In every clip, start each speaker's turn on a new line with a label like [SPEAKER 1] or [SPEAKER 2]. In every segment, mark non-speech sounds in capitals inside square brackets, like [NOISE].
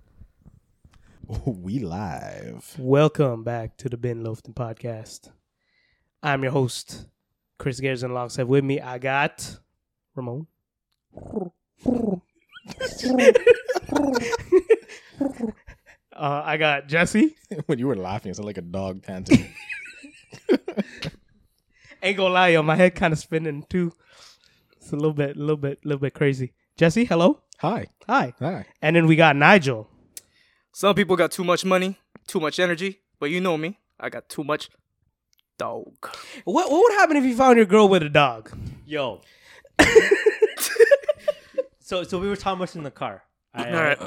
[SPEAKER 1] [LAUGHS] We live.
[SPEAKER 2] Welcome back to the Ben Lofton podcast. I'm your host, Chris Garrison. Alongside with me, I got Ramon. uh, I got Jesse.
[SPEAKER 1] [LAUGHS] when you were laughing, it sounded like a dog panting.
[SPEAKER 2] Ain't gonna lie, yo, my head kind of spinning too. It's a little bit, little bit, little bit crazy. Jesse, hello,
[SPEAKER 1] [LAUGHS] Hi.
[SPEAKER 2] hi.
[SPEAKER 1] Hi.
[SPEAKER 2] And then we got Nigel.
[SPEAKER 3] Some people got too much money, too much energy, but you know me. I got too much dog.
[SPEAKER 2] What what would happen if you found your girl with a dog?
[SPEAKER 3] [LAUGHS]
[SPEAKER 4] Yo. so so we were talking about this in the car. I,
[SPEAKER 3] All right.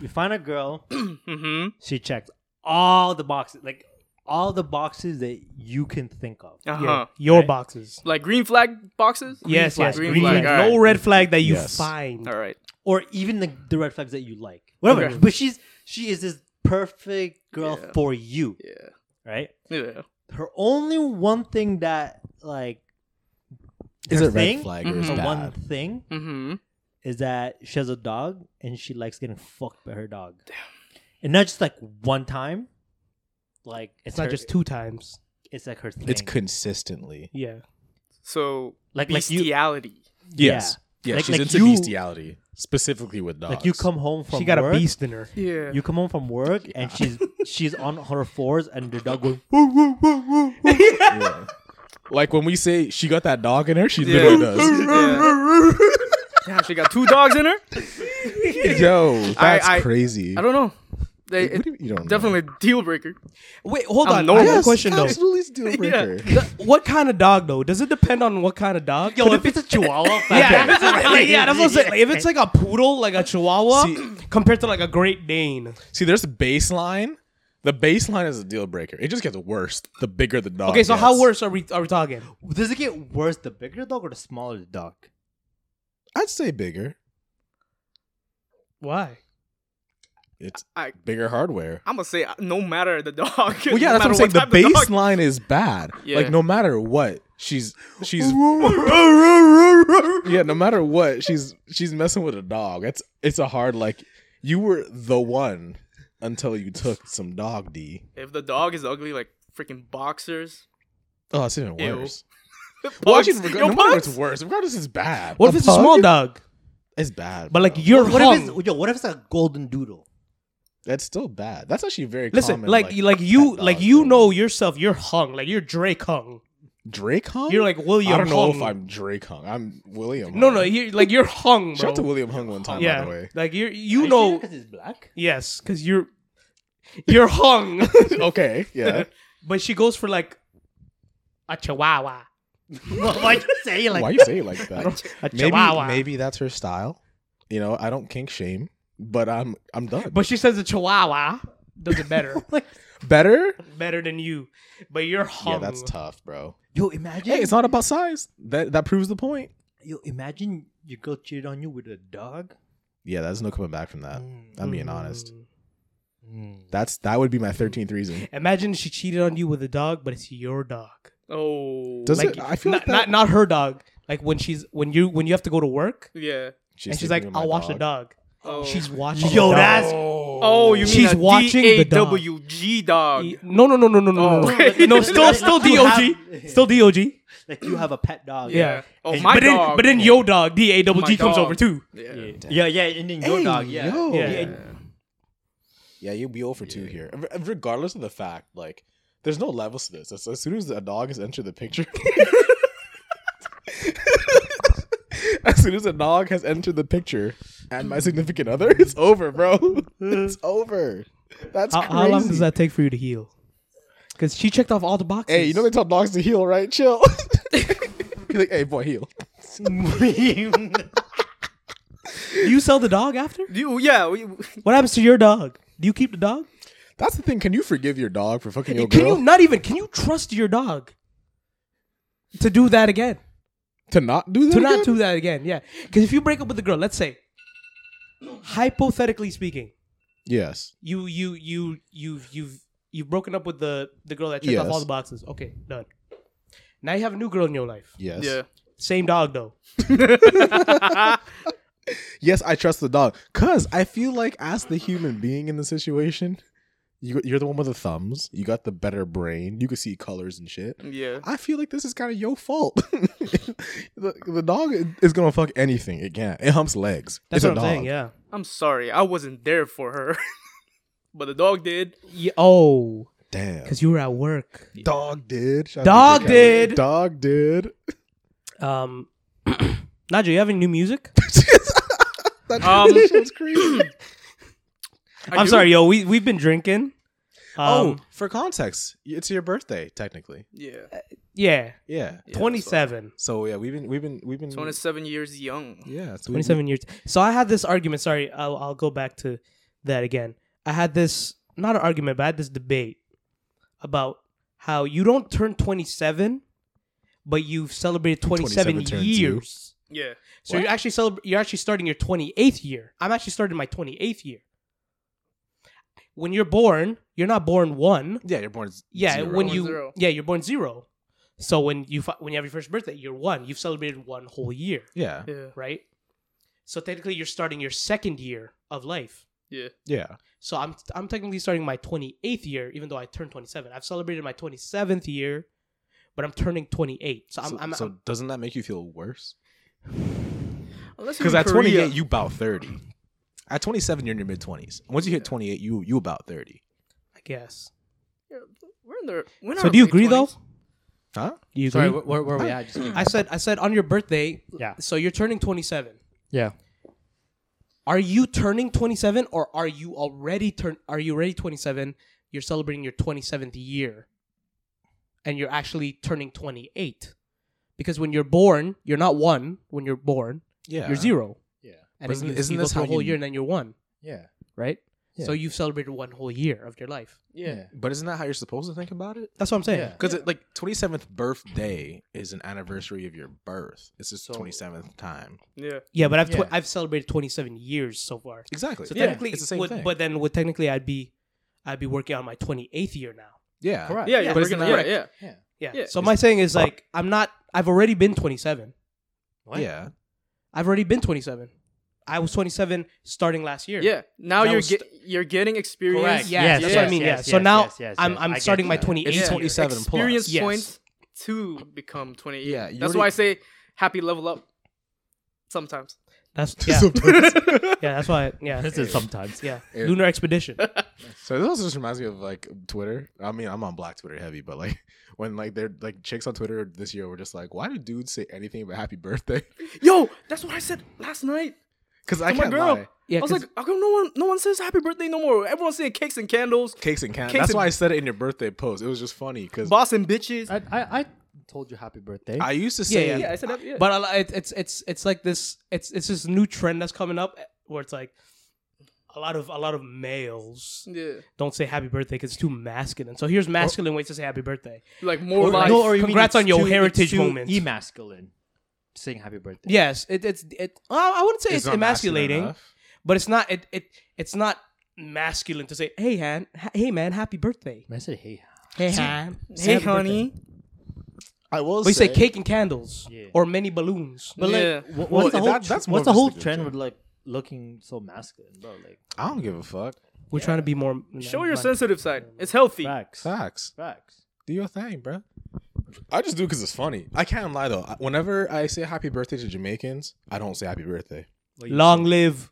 [SPEAKER 4] We find a girl.
[SPEAKER 3] Mm-hmm.
[SPEAKER 4] She checked all the boxes, like all the boxes that you can think of.
[SPEAKER 3] Uh huh.
[SPEAKER 2] Yeah, your
[SPEAKER 4] Okay.
[SPEAKER 2] boxes.
[SPEAKER 3] Like green flag boxes.
[SPEAKER 2] yes,
[SPEAKER 4] flag,
[SPEAKER 2] yes.
[SPEAKER 3] green
[SPEAKER 2] green
[SPEAKER 3] flag,
[SPEAKER 2] flag.
[SPEAKER 3] all right.
[SPEAKER 2] No red flag that you
[SPEAKER 1] Yes.
[SPEAKER 2] find.
[SPEAKER 3] All right.
[SPEAKER 4] or even the, the red flags that you like. Whatever.
[SPEAKER 3] Okay.
[SPEAKER 4] But she's she is this perfect girl
[SPEAKER 3] Yeah.
[SPEAKER 4] for you,
[SPEAKER 3] Yeah.
[SPEAKER 4] right?
[SPEAKER 3] Yeah.
[SPEAKER 4] Her only one thing that like
[SPEAKER 1] Is
[SPEAKER 4] her
[SPEAKER 1] it
[SPEAKER 4] thing,
[SPEAKER 1] red flag or is
[SPEAKER 3] Mhm.
[SPEAKER 4] her
[SPEAKER 1] bad?
[SPEAKER 4] one thing
[SPEAKER 3] Mm-hmm.
[SPEAKER 4] is that she has a dog and she likes getting fucked by her dog. And not just like one time. Like
[SPEAKER 2] It's not
[SPEAKER 4] her-
[SPEAKER 2] just two times.
[SPEAKER 4] it's like her thing.
[SPEAKER 1] It's consistently.
[SPEAKER 2] Yeah.
[SPEAKER 3] So
[SPEAKER 4] Like- like you-
[SPEAKER 3] bestiality.
[SPEAKER 4] Yeah.
[SPEAKER 1] Yeah,
[SPEAKER 4] Like-
[SPEAKER 1] she's
[SPEAKER 4] like
[SPEAKER 1] into
[SPEAKER 4] you-
[SPEAKER 1] bestiality, specifically with dogs.
[SPEAKER 4] Like you come home from
[SPEAKER 2] she got
[SPEAKER 4] work,
[SPEAKER 2] a beast in her.
[SPEAKER 3] yeah.
[SPEAKER 4] You come home from
[SPEAKER 2] [LAUGHS]
[SPEAKER 4] work and she's she's on her fours and the dog going
[SPEAKER 1] Yeah. Like when we say she got that dog in her, she literally
[SPEAKER 3] [LAUGHS]
[SPEAKER 1] does.
[SPEAKER 3] [LAUGHS] Yeah. Damn, she got two dogs in her.
[SPEAKER 1] [LAUGHS] Yo, that's
[SPEAKER 3] I-
[SPEAKER 1] crazy.
[SPEAKER 3] I don't know. They,
[SPEAKER 1] What do you- you don't know?
[SPEAKER 3] definitely a deal breaker.
[SPEAKER 2] Wait, hold
[SPEAKER 3] I'm
[SPEAKER 2] on. I
[SPEAKER 3] normal.
[SPEAKER 2] have a
[SPEAKER 3] Yes,
[SPEAKER 2] question though.
[SPEAKER 1] Absolutely it's a deal
[SPEAKER 3] Yeah.
[SPEAKER 1] breaker.
[SPEAKER 2] The- what kind of dog though? Does it depend on what kind of dog?
[SPEAKER 4] Yo, if it's a chihuahua,
[SPEAKER 2] [LAUGHS] yeah, if it's like,
[SPEAKER 4] [LAUGHS]
[SPEAKER 2] like, [LAUGHS] yeah, that's what I'm saying. Like, if it's like a poodle, like a chihuahua,
[SPEAKER 1] See-
[SPEAKER 2] compared to like a Great Dane.
[SPEAKER 1] See, there's baseline. The baseline is a deal breaker. It just gets worse the bigger the dog.
[SPEAKER 2] Okay, so
[SPEAKER 1] gets.
[SPEAKER 2] how worse are we are we talking?
[SPEAKER 4] Does it get worse the bigger the dog or the smaller
[SPEAKER 2] [LAUGHS]
[SPEAKER 4] the dog?
[SPEAKER 1] I'd say bigger.
[SPEAKER 2] Why?
[SPEAKER 1] It's
[SPEAKER 3] I-
[SPEAKER 1] bigger hardware.
[SPEAKER 3] I'm gonna say uh, no matter the dog.
[SPEAKER 1] Well, yeah,
[SPEAKER 3] [LAUGHS] no
[SPEAKER 1] that's what I'm
[SPEAKER 3] matter
[SPEAKER 1] saying. The
[SPEAKER 3] type of dog-
[SPEAKER 1] baseline is bad.
[SPEAKER 3] Yeah.
[SPEAKER 1] Like no matter what, she's
[SPEAKER 2] [LAUGHS]
[SPEAKER 1] she's yeah, no matter what, she's she's messing with a dog. That's it's a hard like you were the one until you took some dog D.
[SPEAKER 3] If the dog is ugly, like freaking boxers.
[SPEAKER 1] Oh, it's even
[SPEAKER 3] Ew.
[SPEAKER 1] worse. Well, actually,
[SPEAKER 3] Pugs?
[SPEAKER 1] reg-
[SPEAKER 3] Yo,
[SPEAKER 1] no matter
[SPEAKER 3] pugs?
[SPEAKER 1] what's worse, regardless, it's bad.
[SPEAKER 2] What if it's a small dog?
[SPEAKER 1] It's bad.
[SPEAKER 2] But like
[SPEAKER 1] bro.
[SPEAKER 2] you're
[SPEAKER 4] What
[SPEAKER 2] hung.
[SPEAKER 4] if it's yo, what if it's a golden doodle?
[SPEAKER 1] that's still bad. That's actually very
[SPEAKER 2] Listen,
[SPEAKER 1] common,
[SPEAKER 2] like like, you
[SPEAKER 1] pet
[SPEAKER 2] like
[SPEAKER 1] dog,
[SPEAKER 2] you
[SPEAKER 1] bro.
[SPEAKER 2] know yourself. You're hung. Like you're Drake hung.
[SPEAKER 1] Drake Hung.
[SPEAKER 2] You're like William.
[SPEAKER 1] I don't know
[SPEAKER 2] hung.
[SPEAKER 1] if I'm Drake Hung. I'm William.
[SPEAKER 2] No,
[SPEAKER 1] Hung.
[SPEAKER 2] no. You're, like you're hung, bro.
[SPEAKER 1] Shout out to William Hung one time,
[SPEAKER 2] yeah.
[SPEAKER 1] by the way. [LAUGHS]
[SPEAKER 2] Like you're you know.
[SPEAKER 4] because it's
[SPEAKER 2] [LAUGHS]
[SPEAKER 4] black.
[SPEAKER 2] Yes, because you're you're hung.
[SPEAKER 1] okay,
[SPEAKER 2] [LAUGHS]
[SPEAKER 1] yeah.
[SPEAKER 2] but she goes for like a chihuahua.
[SPEAKER 4] [LAUGHS] Why you say it like
[SPEAKER 1] Why you say it
[SPEAKER 2] [LAUGHS]
[SPEAKER 1] like that?
[SPEAKER 2] A
[SPEAKER 1] maybe
[SPEAKER 2] chihuahua.
[SPEAKER 1] maybe that's her style. You know, I don't kink shame, but I'm I'm done.
[SPEAKER 2] But she says the chihuahua does it better.
[SPEAKER 1] Better?
[SPEAKER 2] better than you. But you're hung.
[SPEAKER 1] Yeah, that's tough, bro.
[SPEAKER 4] Yo, imagine.
[SPEAKER 1] Hey, it's not about size. That that proves the point.
[SPEAKER 4] yo, imagine your girl cheated on you with a dog.
[SPEAKER 1] Yeah, there's no coming back from that. I'm being honest.
[SPEAKER 2] Mm.
[SPEAKER 1] That's that would be my 13th reason.
[SPEAKER 2] Imagine she cheated on you with a dog, but it's your dog.
[SPEAKER 3] Oh.
[SPEAKER 1] Does
[SPEAKER 2] Like
[SPEAKER 1] it? I feel
[SPEAKER 2] not,
[SPEAKER 1] like that,
[SPEAKER 2] not not her dog. Like when she's when you when you have to go to work
[SPEAKER 3] Yeah.
[SPEAKER 2] and she's like,
[SPEAKER 1] sleeping with my
[SPEAKER 2] I'll watch the dog.
[SPEAKER 3] Oh.
[SPEAKER 2] She's watching.
[SPEAKER 4] Yo,
[SPEAKER 2] the dog.
[SPEAKER 4] that's
[SPEAKER 3] Oh, you mean
[SPEAKER 2] She's
[SPEAKER 3] a
[SPEAKER 2] watching the dog. E,
[SPEAKER 3] DAWG dog.
[SPEAKER 2] No, no, no, no, no, no, no, no.
[SPEAKER 3] Oh.
[SPEAKER 2] no. Still, still
[SPEAKER 4] You
[SPEAKER 2] dog,
[SPEAKER 4] have-
[SPEAKER 2] still dog.
[SPEAKER 4] Like you have a pet dog.
[SPEAKER 2] Yeah.
[SPEAKER 3] Oh,
[SPEAKER 4] And-
[SPEAKER 3] my
[SPEAKER 2] but
[SPEAKER 3] dog.
[SPEAKER 2] then, but then your dog, D A double
[SPEAKER 3] My
[SPEAKER 2] G, comes
[SPEAKER 3] dog.
[SPEAKER 2] over too.
[SPEAKER 3] Yeah.
[SPEAKER 4] Yeah, yeah, yeah, and then your
[SPEAKER 1] Hey,
[SPEAKER 4] dog. Yeah.
[SPEAKER 1] yo.
[SPEAKER 4] yeah.
[SPEAKER 5] [LAUGHS]
[SPEAKER 2] Yeah.
[SPEAKER 1] Yeah, you'll be over two here. Re- Regardless of the fact, like, there's no levels to this. As, as soon as a dog has entered the picture, [LAUGHS] as soon as a dog has entered the picture, and my significant other, it's over, bro.
[SPEAKER 2] [LAUGHS]
[SPEAKER 1] It's over. That's
[SPEAKER 2] How,
[SPEAKER 1] crazy.
[SPEAKER 2] how long does that take for you to heal? Because she checked off all the boxes.
[SPEAKER 1] Hey, you know they tell dogs to heal, right? Chill. [LAUGHS] You're like, hey, boy, heal.
[SPEAKER 2] Do you sell the dog after?
[SPEAKER 3] You, yeah. We,
[SPEAKER 2] What happens to your dog? Do you keep the dog?
[SPEAKER 1] That's the thing. Can you forgive your dog for fucking your
[SPEAKER 2] can
[SPEAKER 1] girl?
[SPEAKER 2] you not even? Can you trust your dog to do that again?
[SPEAKER 1] to not do that?
[SPEAKER 2] to not
[SPEAKER 1] again?
[SPEAKER 2] do that again. Yeah, because if you break up with a girl, let's say, hypothetically speaking,
[SPEAKER 1] Yes.
[SPEAKER 2] you you you you've you've you've broken up with the the girl that checked off
[SPEAKER 1] Yes.
[SPEAKER 2] all the boxes. Okay, done. Now you have a new girl in your life.
[SPEAKER 1] Yes.
[SPEAKER 3] yeah.
[SPEAKER 2] Same dog though.
[SPEAKER 1] yes, I trust the dog. Cause I feel like as the human being in the situation, you, you're the one with the thumbs. You got the better brain. You can see colors and shit.
[SPEAKER 3] Yeah.
[SPEAKER 1] I feel like this is kind of your fault. [LAUGHS] the, the dog is gonna fuck anything it can. It humps legs.
[SPEAKER 2] That's
[SPEAKER 1] it's a
[SPEAKER 2] what I'm
[SPEAKER 1] dog.
[SPEAKER 2] saying. Yeah.
[SPEAKER 3] I'm sorry. I wasn't there for her. [LAUGHS] but the dog did.
[SPEAKER 2] yeah. Oh,
[SPEAKER 1] Damn.
[SPEAKER 2] because you were at work.
[SPEAKER 1] Dog did. Shout out to
[SPEAKER 2] Dog
[SPEAKER 1] Big Kelly.
[SPEAKER 2] did.
[SPEAKER 1] Dog did. [LAUGHS]
[SPEAKER 2] Um, [CLEARS THROAT] Nigel, you have any new music?
[SPEAKER 1] that
[SPEAKER 3] Um,
[SPEAKER 1] transition's
[SPEAKER 2] [COUGHS]
[SPEAKER 1] crazy.
[SPEAKER 3] I
[SPEAKER 2] I'm
[SPEAKER 3] do-
[SPEAKER 2] sorry, yo. We we've been drinking. Um,
[SPEAKER 1] oh, for context, it's your birthday technically.
[SPEAKER 3] Yeah.
[SPEAKER 2] yeah,
[SPEAKER 1] Yeah.
[SPEAKER 3] Yeah,
[SPEAKER 2] twenty seven.
[SPEAKER 1] So yeah, we've been we've been we've been
[SPEAKER 3] that's why. 27 years young.
[SPEAKER 1] yeah so we-
[SPEAKER 2] 27 years. So I had this argument. Sorry, I'll, I'll go back to that again. I had this, not an argument, but I had this debate about how you don't turn 27, but you've celebrated 27,
[SPEAKER 1] 27 turns
[SPEAKER 2] years.
[SPEAKER 3] Yeah.
[SPEAKER 2] So you're actually celebra- you're actually starting your 28th year. I'm actually starting my 28th year. When you're born, you're not born one.
[SPEAKER 1] Yeah, you're born. z-
[SPEAKER 2] Yeah,
[SPEAKER 1] zero.
[SPEAKER 2] when
[SPEAKER 3] Born
[SPEAKER 2] you
[SPEAKER 3] zero.
[SPEAKER 2] yeah you're born zero. So when you fi- when you have your first birthday, you're one. You've celebrated one whole year
[SPEAKER 1] yeah
[SPEAKER 3] Yeah.
[SPEAKER 2] right? So technically, you're starting your second year of life.
[SPEAKER 3] Yeah.
[SPEAKER 1] yeah
[SPEAKER 2] So I'm I'm technically starting my 28th year, even though I turned 27. I've celebrated my 27th year, but I'm turning 28. So I'm,
[SPEAKER 1] so,
[SPEAKER 2] I'm,
[SPEAKER 1] so
[SPEAKER 2] I'm-
[SPEAKER 1] doesn't that make you feel worse?
[SPEAKER 3] Unless
[SPEAKER 1] Because
[SPEAKER 3] you're
[SPEAKER 1] at
[SPEAKER 3] in Korea.
[SPEAKER 1] 28, you about 30. At 27, you're in your mid 20s. Once you hit 28, you you about 30.
[SPEAKER 2] I guess.
[SPEAKER 3] Yeah, We're in the. We're in
[SPEAKER 2] So
[SPEAKER 3] our
[SPEAKER 2] do you
[SPEAKER 3] late
[SPEAKER 2] agree
[SPEAKER 3] 20s.
[SPEAKER 2] though?
[SPEAKER 1] Huh?
[SPEAKER 2] Do you
[SPEAKER 5] Sorry, where, where were we at? Just-
[SPEAKER 2] [LAUGHS] I said I said on your birthday.
[SPEAKER 5] Yeah.
[SPEAKER 2] So you're turning 27.
[SPEAKER 5] yeah.
[SPEAKER 2] Are you turning 27 or are you already turn? Are you already 27? You're celebrating your 27th year, and you're actually turning 28, because when you're born, you're not one. When you're born,
[SPEAKER 1] Yeah.
[SPEAKER 2] you're zero,
[SPEAKER 5] Yeah.
[SPEAKER 1] But
[SPEAKER 2] and then
[SPEAKER 1] isn't-
[SPEAKER 2] you,
[SPEAKER 1] isn't
[SPEAKER 2] you
[SPEAKER 1] this
[SPEAKER 2] go through
[SPEAKER 1] how
[SPEAKER 2] a whole
[SPEAKER 1] you-
[SPEAKER 2] year, and then you're one,
[SPEAKER 5] Yeah.
[SPEAKER 2] right?
[SPEAKER 5] Yeah.
[SPEAKER 2] So you've celebrated one whole year of your life.
[SPEAKER 5] Yeah.
[SPEAKER 1] But isn't that how you're supposed to think about it?
[SPEAKER 2] That's what I'm saying.
[SPEAKER 5] Yeah.
[SPEAKER 1] Because like 27th birthday is an anniversary of your birth. It's just 27th time.
[SPEAKER 3] Yeah.
[SPEAKER 2] Yeah, but I've tw-
[SPEAKER 5] Yeah.
[SPEAKER 2] I've celebrated 27 years so far.
[SPEAKER 1] Exactly.
[SPEAKER 2] So
[SPEAKER 1] yeah.
[SPEAKER 2] technically,
[SPEAKER 1] it's the same
[SPEAKER 2] would-
[SPEAKER 1] thing.
[SPEAKER 2] but then would technically I'd be I'd be working on my 28th year now.
[SPEAKER 1] yeah.
[SPEAKER 5] Correct.
[SPEAKER 3] Yeah.
[SPEAKER 2] Yeah.
[SPEAKER 3] Yeah.
[SPEAKER 2] But
[SPEAKER 3] We're
[SPEAKER 1] isn't
[SPEAKER 3] gonna,
[SPEAKER 1] that
[SPEAKER 3] yeah.
[SPEAKER 1] right?
[SPEAKER 3] Yeah.
[SPEAKER 5] Yeah.
[SPEAKER 2] Yeah.
[SPEAKER 3] Yeah.
[SPEAKER 2] So my saying is like I'm not. I've already been 27.
[SPEAKER 5] What?
[SPEAKER 1] Yeah.
[SPEAKER 2] I've already been 27. I was 27 starting last year.
[SPEAKER 3] Yeah. Now
[SPEAKER 2] That
[SPEAKER 3] you're
[SPEAKER 2] was
[SPEAKER 3] get, you're getting experience.
[SPEAKER 5] Correct.
[SPEAKER 2] Yeah.
[SPEAKER 5] Yes,
[SPEAKER 2] that's what I
[SPEAKER 5] yes,
[SPEAKER 2] mean.
[SPEAKER 5] yes,
[SPEAKER 2] yeah. So
[SPEAKER 5] yes,
[SPEAKER 2] now
[SPEAKER 5] yes, yes,
[SPEAKER 2] I'm
[SPEAKER 5] yes.
[SPEAKER 2] I'm
[SPEAKER 5] I get
[SPEAKER 2] starting
[SPEAKER 5] you.
[SPEAKER 2] my
[SPEAKER 5] It's
[SPEAKER 2] 28th
[SPEAKER 3] Yeah.
[SPEAKER 2] year.
[SPEAKER 1] 27 plus.
[SPEAKER 3] Experience
[SPEAKER 2] Yes.
[SPEAKER 3] points to become 28.
[SPEAKER 1] Yeah,
[SPEAKER 3] That's
[SPEAKER 1] you
[SPEAKER 3] why I
[SPEAKER 1] already-
[SPEAKER 3] say happy level up. Sometimes.
[SPEAKER 2] That's
[SPEAKER 1] [LAUGHS]
[SPEAKER 2] yeah.
[SPEAKER 3] [LAUGHS]
[SPEAKER 2] yeah. That's why. Yeah.
[SPEAKER 4] This is sometimes.
[SPEAKER 2] Yeah.
[SPEAKER 1] Yeah.
[SPEAKER 2] Lunar expedition.
[SPEAKER 1] So this also just reminds me of like Twitter. I mean, I'm on Black Twitter heavy, but like [LAUGHS] when like they're like chicks on Twitter this year were just like, why do dudes say anything but happy birthday? [LAUGHS]
[SPEAKER 3] Yo, that's what I said last night.
[SPEAKER 1] Because I
[SPEAKER 3] To my
[SPEAKER 1] can't
[SPEAKER 3] girl.
[SPEAKER 1] lie.
[SPEAKER 2] Yeah.
[SPEAKER 3] I was
[SPEAKER 2] 'cause-
[SPEAKER 3] like, how come no one no one says happy birthday no more? Everyone's saying cakes and candles,
[SPEAKER 1] Cakes and candles.
[SPEAKER 3] Cakes
[SPEAKER 1] That's
[SPEAKER 3] and-
[SPEAKER 1] why I said it in your birthday post. It was just funny because
[SPEAKER 3] boss and bitches.
[SPEAKER 5] I, I I told you happy birthday.
[SPEAKER 1] I used to say
[SPEAKER 2] Yeah,
[SPEAKER 3] yeah, I said that. Yeah.
[SPEAKER 2] but I li- it, it's it's it's like this. It's it's this new trend that's coming up where it's like a lot of a lot of males
[SPEAKER 3] yeah.
[SPEAKER 2] don't say happy birthday because it's too masculine. So here's masculine ways to say happy birthday.
[SPEAKER 3] Like more
[SPEAKER 2] Or
[SPEAKER 3] life.
[SPEAKER 2] no, or- Congrats
[SPEAKER 5] it's
[SPEAKER 2] on your
[SPEAKER 5] too- it's
[SPEAKER 2] heritage
[SPEAKER 5] too
[SPEAKER 2] moment.
[SPEAKER 5] Emasculine. Saying happy birthday.
[SPEAKER 2] Yes, it, it's it. Uh, I wouldn't say it's,
[SPEAKER 1] not masculine
[SPEAKER 2] emasculating,
[SPEAKER 1] enough.
[SPEAKER 2] but it's not it, it it's not masculine to say, "Hey, han, ha- hey man, happy birthday."
[SPEAKER 5] Man, I said hey.
[SPEAKER 2] Hey, han,
[SPEAKER 3] hey,
[SPEAKER 2] happy birthday."
[SPEAKER 3] honey.
[SPEAKER 1] I will.
[SPEAKER 2] But you say cake and candles
[SPEAKER 5] Yeah.
[SPEAKER 2] or many balloons.
[SPEAKER 5] But
[SPEAKER 3] Yeah.
[SPEAKER 5] like, wha- what's
[SPEAKER 1] Well,
[SPEAKER 5] the whole
[SPEAKER 1] that-
[SPEAKER 5] tr-
[SPEAKER 1] that's more
[SPEAKER 5] what's
[SPEAKER 1] of
[SPEAKER 5] the
[SPEAKER 1] a
[SPEAKER 5] whole
[SPEAKER 1] stick in the
[SPEAKER 5] trend
[SPEAKER 1] chin.
[SPEAKER 5] with like looking so masculine, bro? Like
[SPEAKER 1] I don't give a fuck.
[SPEAKER 2] We're trying to be more.
[SPEAKER 3] Show your sensitive side. It's healthy.
[SPEAKER 5] facts,
[SPEAKER 1] Facts.
[SPEAKER 5] facts.
[SPEAKER 1] Do your thing, bro. I just do because it's funny. I can't lie though. I- Whenever I say happy birthday to Jamaicans, I don't say happy birthday.
[SPEAKER 2] Long live.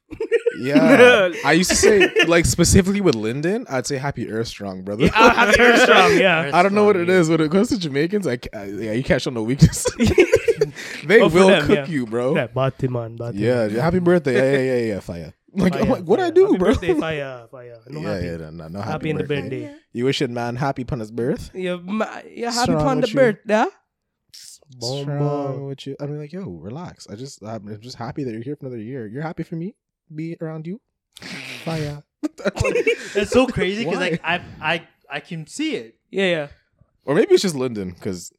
[SPEAKER 1] Yeah, I used to say like specifically with Lyndon, I'd say happy Earth Strong, brother.
[SPEAKER 2] happy Earth Strong. Yeah.
[SPEAKER 1] I don't know what it is when it comes to Jamaicans. I, ca- I yeah, you can't show no
[SPEAKER 2] [LAUGHS]
[SPEAKER 1] weakness. they
[SPEAKER 2] But for
[SPEAKER 1] will
[SPEAKER 2] them,
[SPEAKER 1] cook
[SPEAKER 2] yeah.
[SPEAKER 1] you, bro.
[SPEAKER 2] Yeah,
[SPEAKER 1] Yeah,
[SPEAKER 2] Batiman, Batiman.
[SPEAKER 1] happy birthday. Yeah, yeah, yeah, yeah, fire. Like,
[SPEAKER 2] Fire,
[SPEAKER 1] I'm like what I
[SPEAKER 2] fire.
[SPEAKER 1] do,
[SPEAKER 2] Oh, Happy
[SPEAKER 1] bro? [LAUGHS]
[SPEAKER 2] Birthday, fire, fire. No
[SPEAKER 1] yeah,
[SPEAKER 2] happy.
[SPEAKER 1] yeah, no, no, no happy,
[SPEAKER 2] happy in the
[SPEAKER 1] birthday.
[SPEAKER 2] birthday.
[SPEAKER 1] You wishing man happy upon his birth.
[SPEAKER 2] Yeah, ma- yeah
[SPEAKER 1] What's
[SPEAKER 2] happy
[SPEAKER 1] wrong
[SPEAKER 2] panda
[SPEAKER 1] with you?
[SPEAKER 2] birthday.
[SPEAKER 1] What's
[SPEAKER 2] Bomba.
[SPEAKER 1] wrong with you? I mean, like, yo, relax. I just, I'm I'm just happy that you're here for another year. You're happy for me, be around
[SPEAKER 2] [LAUGHS]
[SPEAKER 1] you. Fire.
[SPEAKER 4] It's so crazy because
[SPEAKER 1] Why?
[SPEAKER 4] like I I I can see it.
[SPEAKER 2] Yeah, yeah.
[SPEAKER 1] or maybe it's just Lyndon because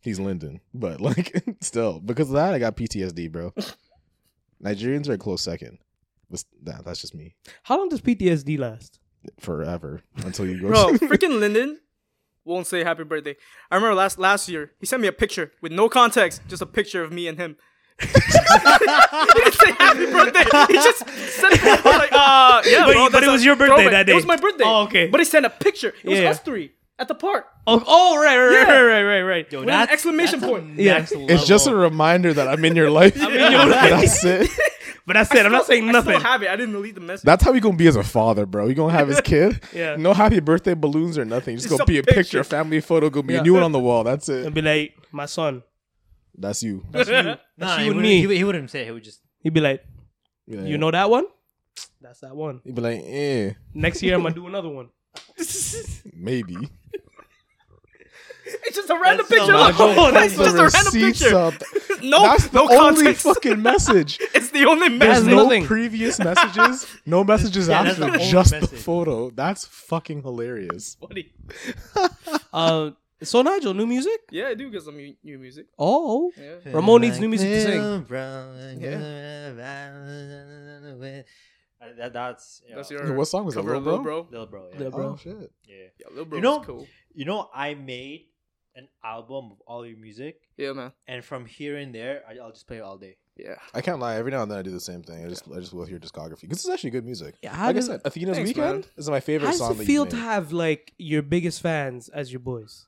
[SPEAKER 1] he's Lyndon. But [LAUGHS] like, still, because of that, I got PTSD, bro. Nigerians are a close second. But nah, that's just me
[SPEAKER 2] How long does PTSD last?
[SPEAKER 1] forever until you go. [LAUGHS]
[SPEAKER 3] Bro, [LAUGHS] freaking Lyndon won't say happy birthday. I remember last last year, he sent me a picture with no context, just a picture of me and him. [LAUGHS] he didn't say happy birthday. He just said it like, uh, yeah.
[SPEAKER 2] But-
[SPEAKER 3] bro,
[SPEAKER 2] Oh, but
[SPEAKER 3] that's
[SPEAKER 2] it was
[SPEAKER 3] a
[SPEAKER 2] your birthday
[SPEAKER 3] throwaway.
[SPEAKER 2] that day.
[SPEAKER 3] It was my birthday.
[SPEAKER 2] Oh, okay. [LAUGHS]
[SPEAKER 3] But he sent a picture. It was
[SPEAKER 2] Yeah.
[SPEAKER 3] us three at the park.
[SPEAKER 2] Oh, oh right, right,
[SPEAKER 3] Yeah.
[SPEAKER 2] right, right, right, right. [LAUGHS]
[SPEAKER 4] Yo,
[SPEAKER 3] With an
[SPEAKER 4] that's-
[SPEAKER 3] exclamation
[SPEAKER 4] that's a
[SPEAKER 3] point.
[SPEAKER 2] Yeah.
[SPEAKER 4] next
[SPEAKER 1] It's just a
[SPEAKER 4] level.
[SPEAKER 1] reminder that I'm in your life. I'm
[SPEAKER 2] in your life.
[SPEAKER 1] [LAUGHS] That's it.
[SPEAKER 2] But that's
[SPEAKER 3] [LAUGHS]
[SPEAKER 2] it. I'm not saying
[SPEAKER 3] I
[SPEAKER 2] nothing.
[SPEAKER 3] still have it. I didn't delete the message.
[SPEAKER 1] That's how he gonna be as a father, bro. He gonna have his kid.
[SPEAKER 2] Yeah.
[SPEAKER 1] No happy birthday balloons or nothing. Just,
[SPEAKER 3] Just
[SPEAKER 1] gonna
[SPEAKER 3] a
[SPEAKER 1] be a picture,
[SPEAKER 3] picture.
[SPEAKER 1] family photo. Gonna be
[SPEAKER 2] Yeah.
[SPEAKER 1] a new one on the wall. That's it.
[SPEAKER 2] And be like, my son.
[SPEAKER 1] That's you.
[SPEAKER 3] [LAUGHS]
[SPEAKER 4] Nah,
[SPEAKER 2] She
[SPEAKER 4] he
[SPEAKER 2] would
[SPEAKER 4] wouldn't-
[SPEAKER 2] me.
[SPEAKER 4] He, would- he wouldn't say. it. He would just.
[SPEAKER 2] He'd be like,
[SPEAKER 1] Yeah.
[SPEAKER 2] you know that one? That's that one.
[SPEAKER 1] He'd be like, eh,
[SPEAKER 2] Next year I'm gonna do another one.
[SPEAKER 1] maybe.
[SPEAKER 3] [LAUGHS] it's just a random
[SPEAKER 4] That's so
[SPEAKER 3] picture.
[SPEAKER 4] much.
[SPEAKER 3] Oh, that's
[SPEAKER 1] The
[SPEAKER 3] just a random
[SPEAKER 1] receipts
[SPEAKER 3] picture.
[SPEAKER 1] up.
[SPEAKER 2] Oh,
[SPEAKER 3] No,
[SPEAKER 1] That's the
[SPEAKER 3] no
[SPEAKER 1] only
[SPEAKER 3] context.
[SPEAKER 1] fucking
[SPEAKER 2] [LAUGHS]
[SPEAKER 1] message.
[SPEAKER 3] [LAUGHS] it's the only
[SPEAKER 1] There's
[SPEAKER 2] That's
[SPEAKER 3] message.
[SPEAKER 1] no
[SPEAKER 2] nothing.
[SPEAKER 1] previous messages, no [LAUGHS] messages
[SPEAKER 4] Yeah, that's
[SPEAKER 1] after,
[SPEAKER 4] the whole
[SPEAKER 1] just the
[SPEAKER 4] message.
[SPEAKER 1] photo. That's fucking hilarious.
[SPEAKER 3] Buddy.
[SPEAKER 2] Uh, so Nigel, new music?
[SPEAKER 3] Yeah, I do get some mu- new music.
[SPEAKER 2] Oh,
[SPEAKER 3] Yeah.
[SPEAKER 2] Ramon needs new music to sing.
[SPEAKER 4] Yeah. Uh, That, that's yeah.
[SPEAKER 3] That's
[SPEAKER 4] your
[SPEAKER 3] your
[SPEAKER 1] What song was that,
[SPEAKER 3] cover of
[SPEAKER 1] Lil
[SPEAKER 3] Lil
[SPEAKER 1] Bro?
[SPEAKER 3] Bro?
[SPEAKER 4] little bro. Yeah.
[SPEAKER 2] Lil Bro.
[SPEAKER 1] Oh shit!
[SPEAKER 4] yeah.
[SPEAKER 3] Yeah, Lil Bro
[SPEAKER 4] You know-
[SPEAKER 3] was cool.
[SPEAKER 4] You know, I made an album of all your music,
[SPEAKER 3] Yeah, man.
[SPEAKER 4] and from here and there, I, I'll just play it all day.
[SPEAKER 3] Yeah.
[SPEAKER 1] I can't lie. Every now and then I do the same thing. I just I just will hear discography because it's actually good music.
[SPEAKER 2] Yeah, how
[SPEAKER 1] Like I
[SPEAKER 2] does-
[SPEAKER 1] said, Athena's
[SPEAKER 3] Thanks,
[SPEAKER 1] Weekend
[SPEAKER 3] man.
[SPEAKER 1] is my favorite
[SPEAKER 2] How does
[SPEAKER 1] song.
[SPEAKER 2] it
[SPEAKER 1] that
[SPEAKER 2] feel
[SPEAKER 1] you
[SPEAKER 2] to
[SPEAKER 1] made.
[SPEAKER 2] have like your biggest fans as your boys,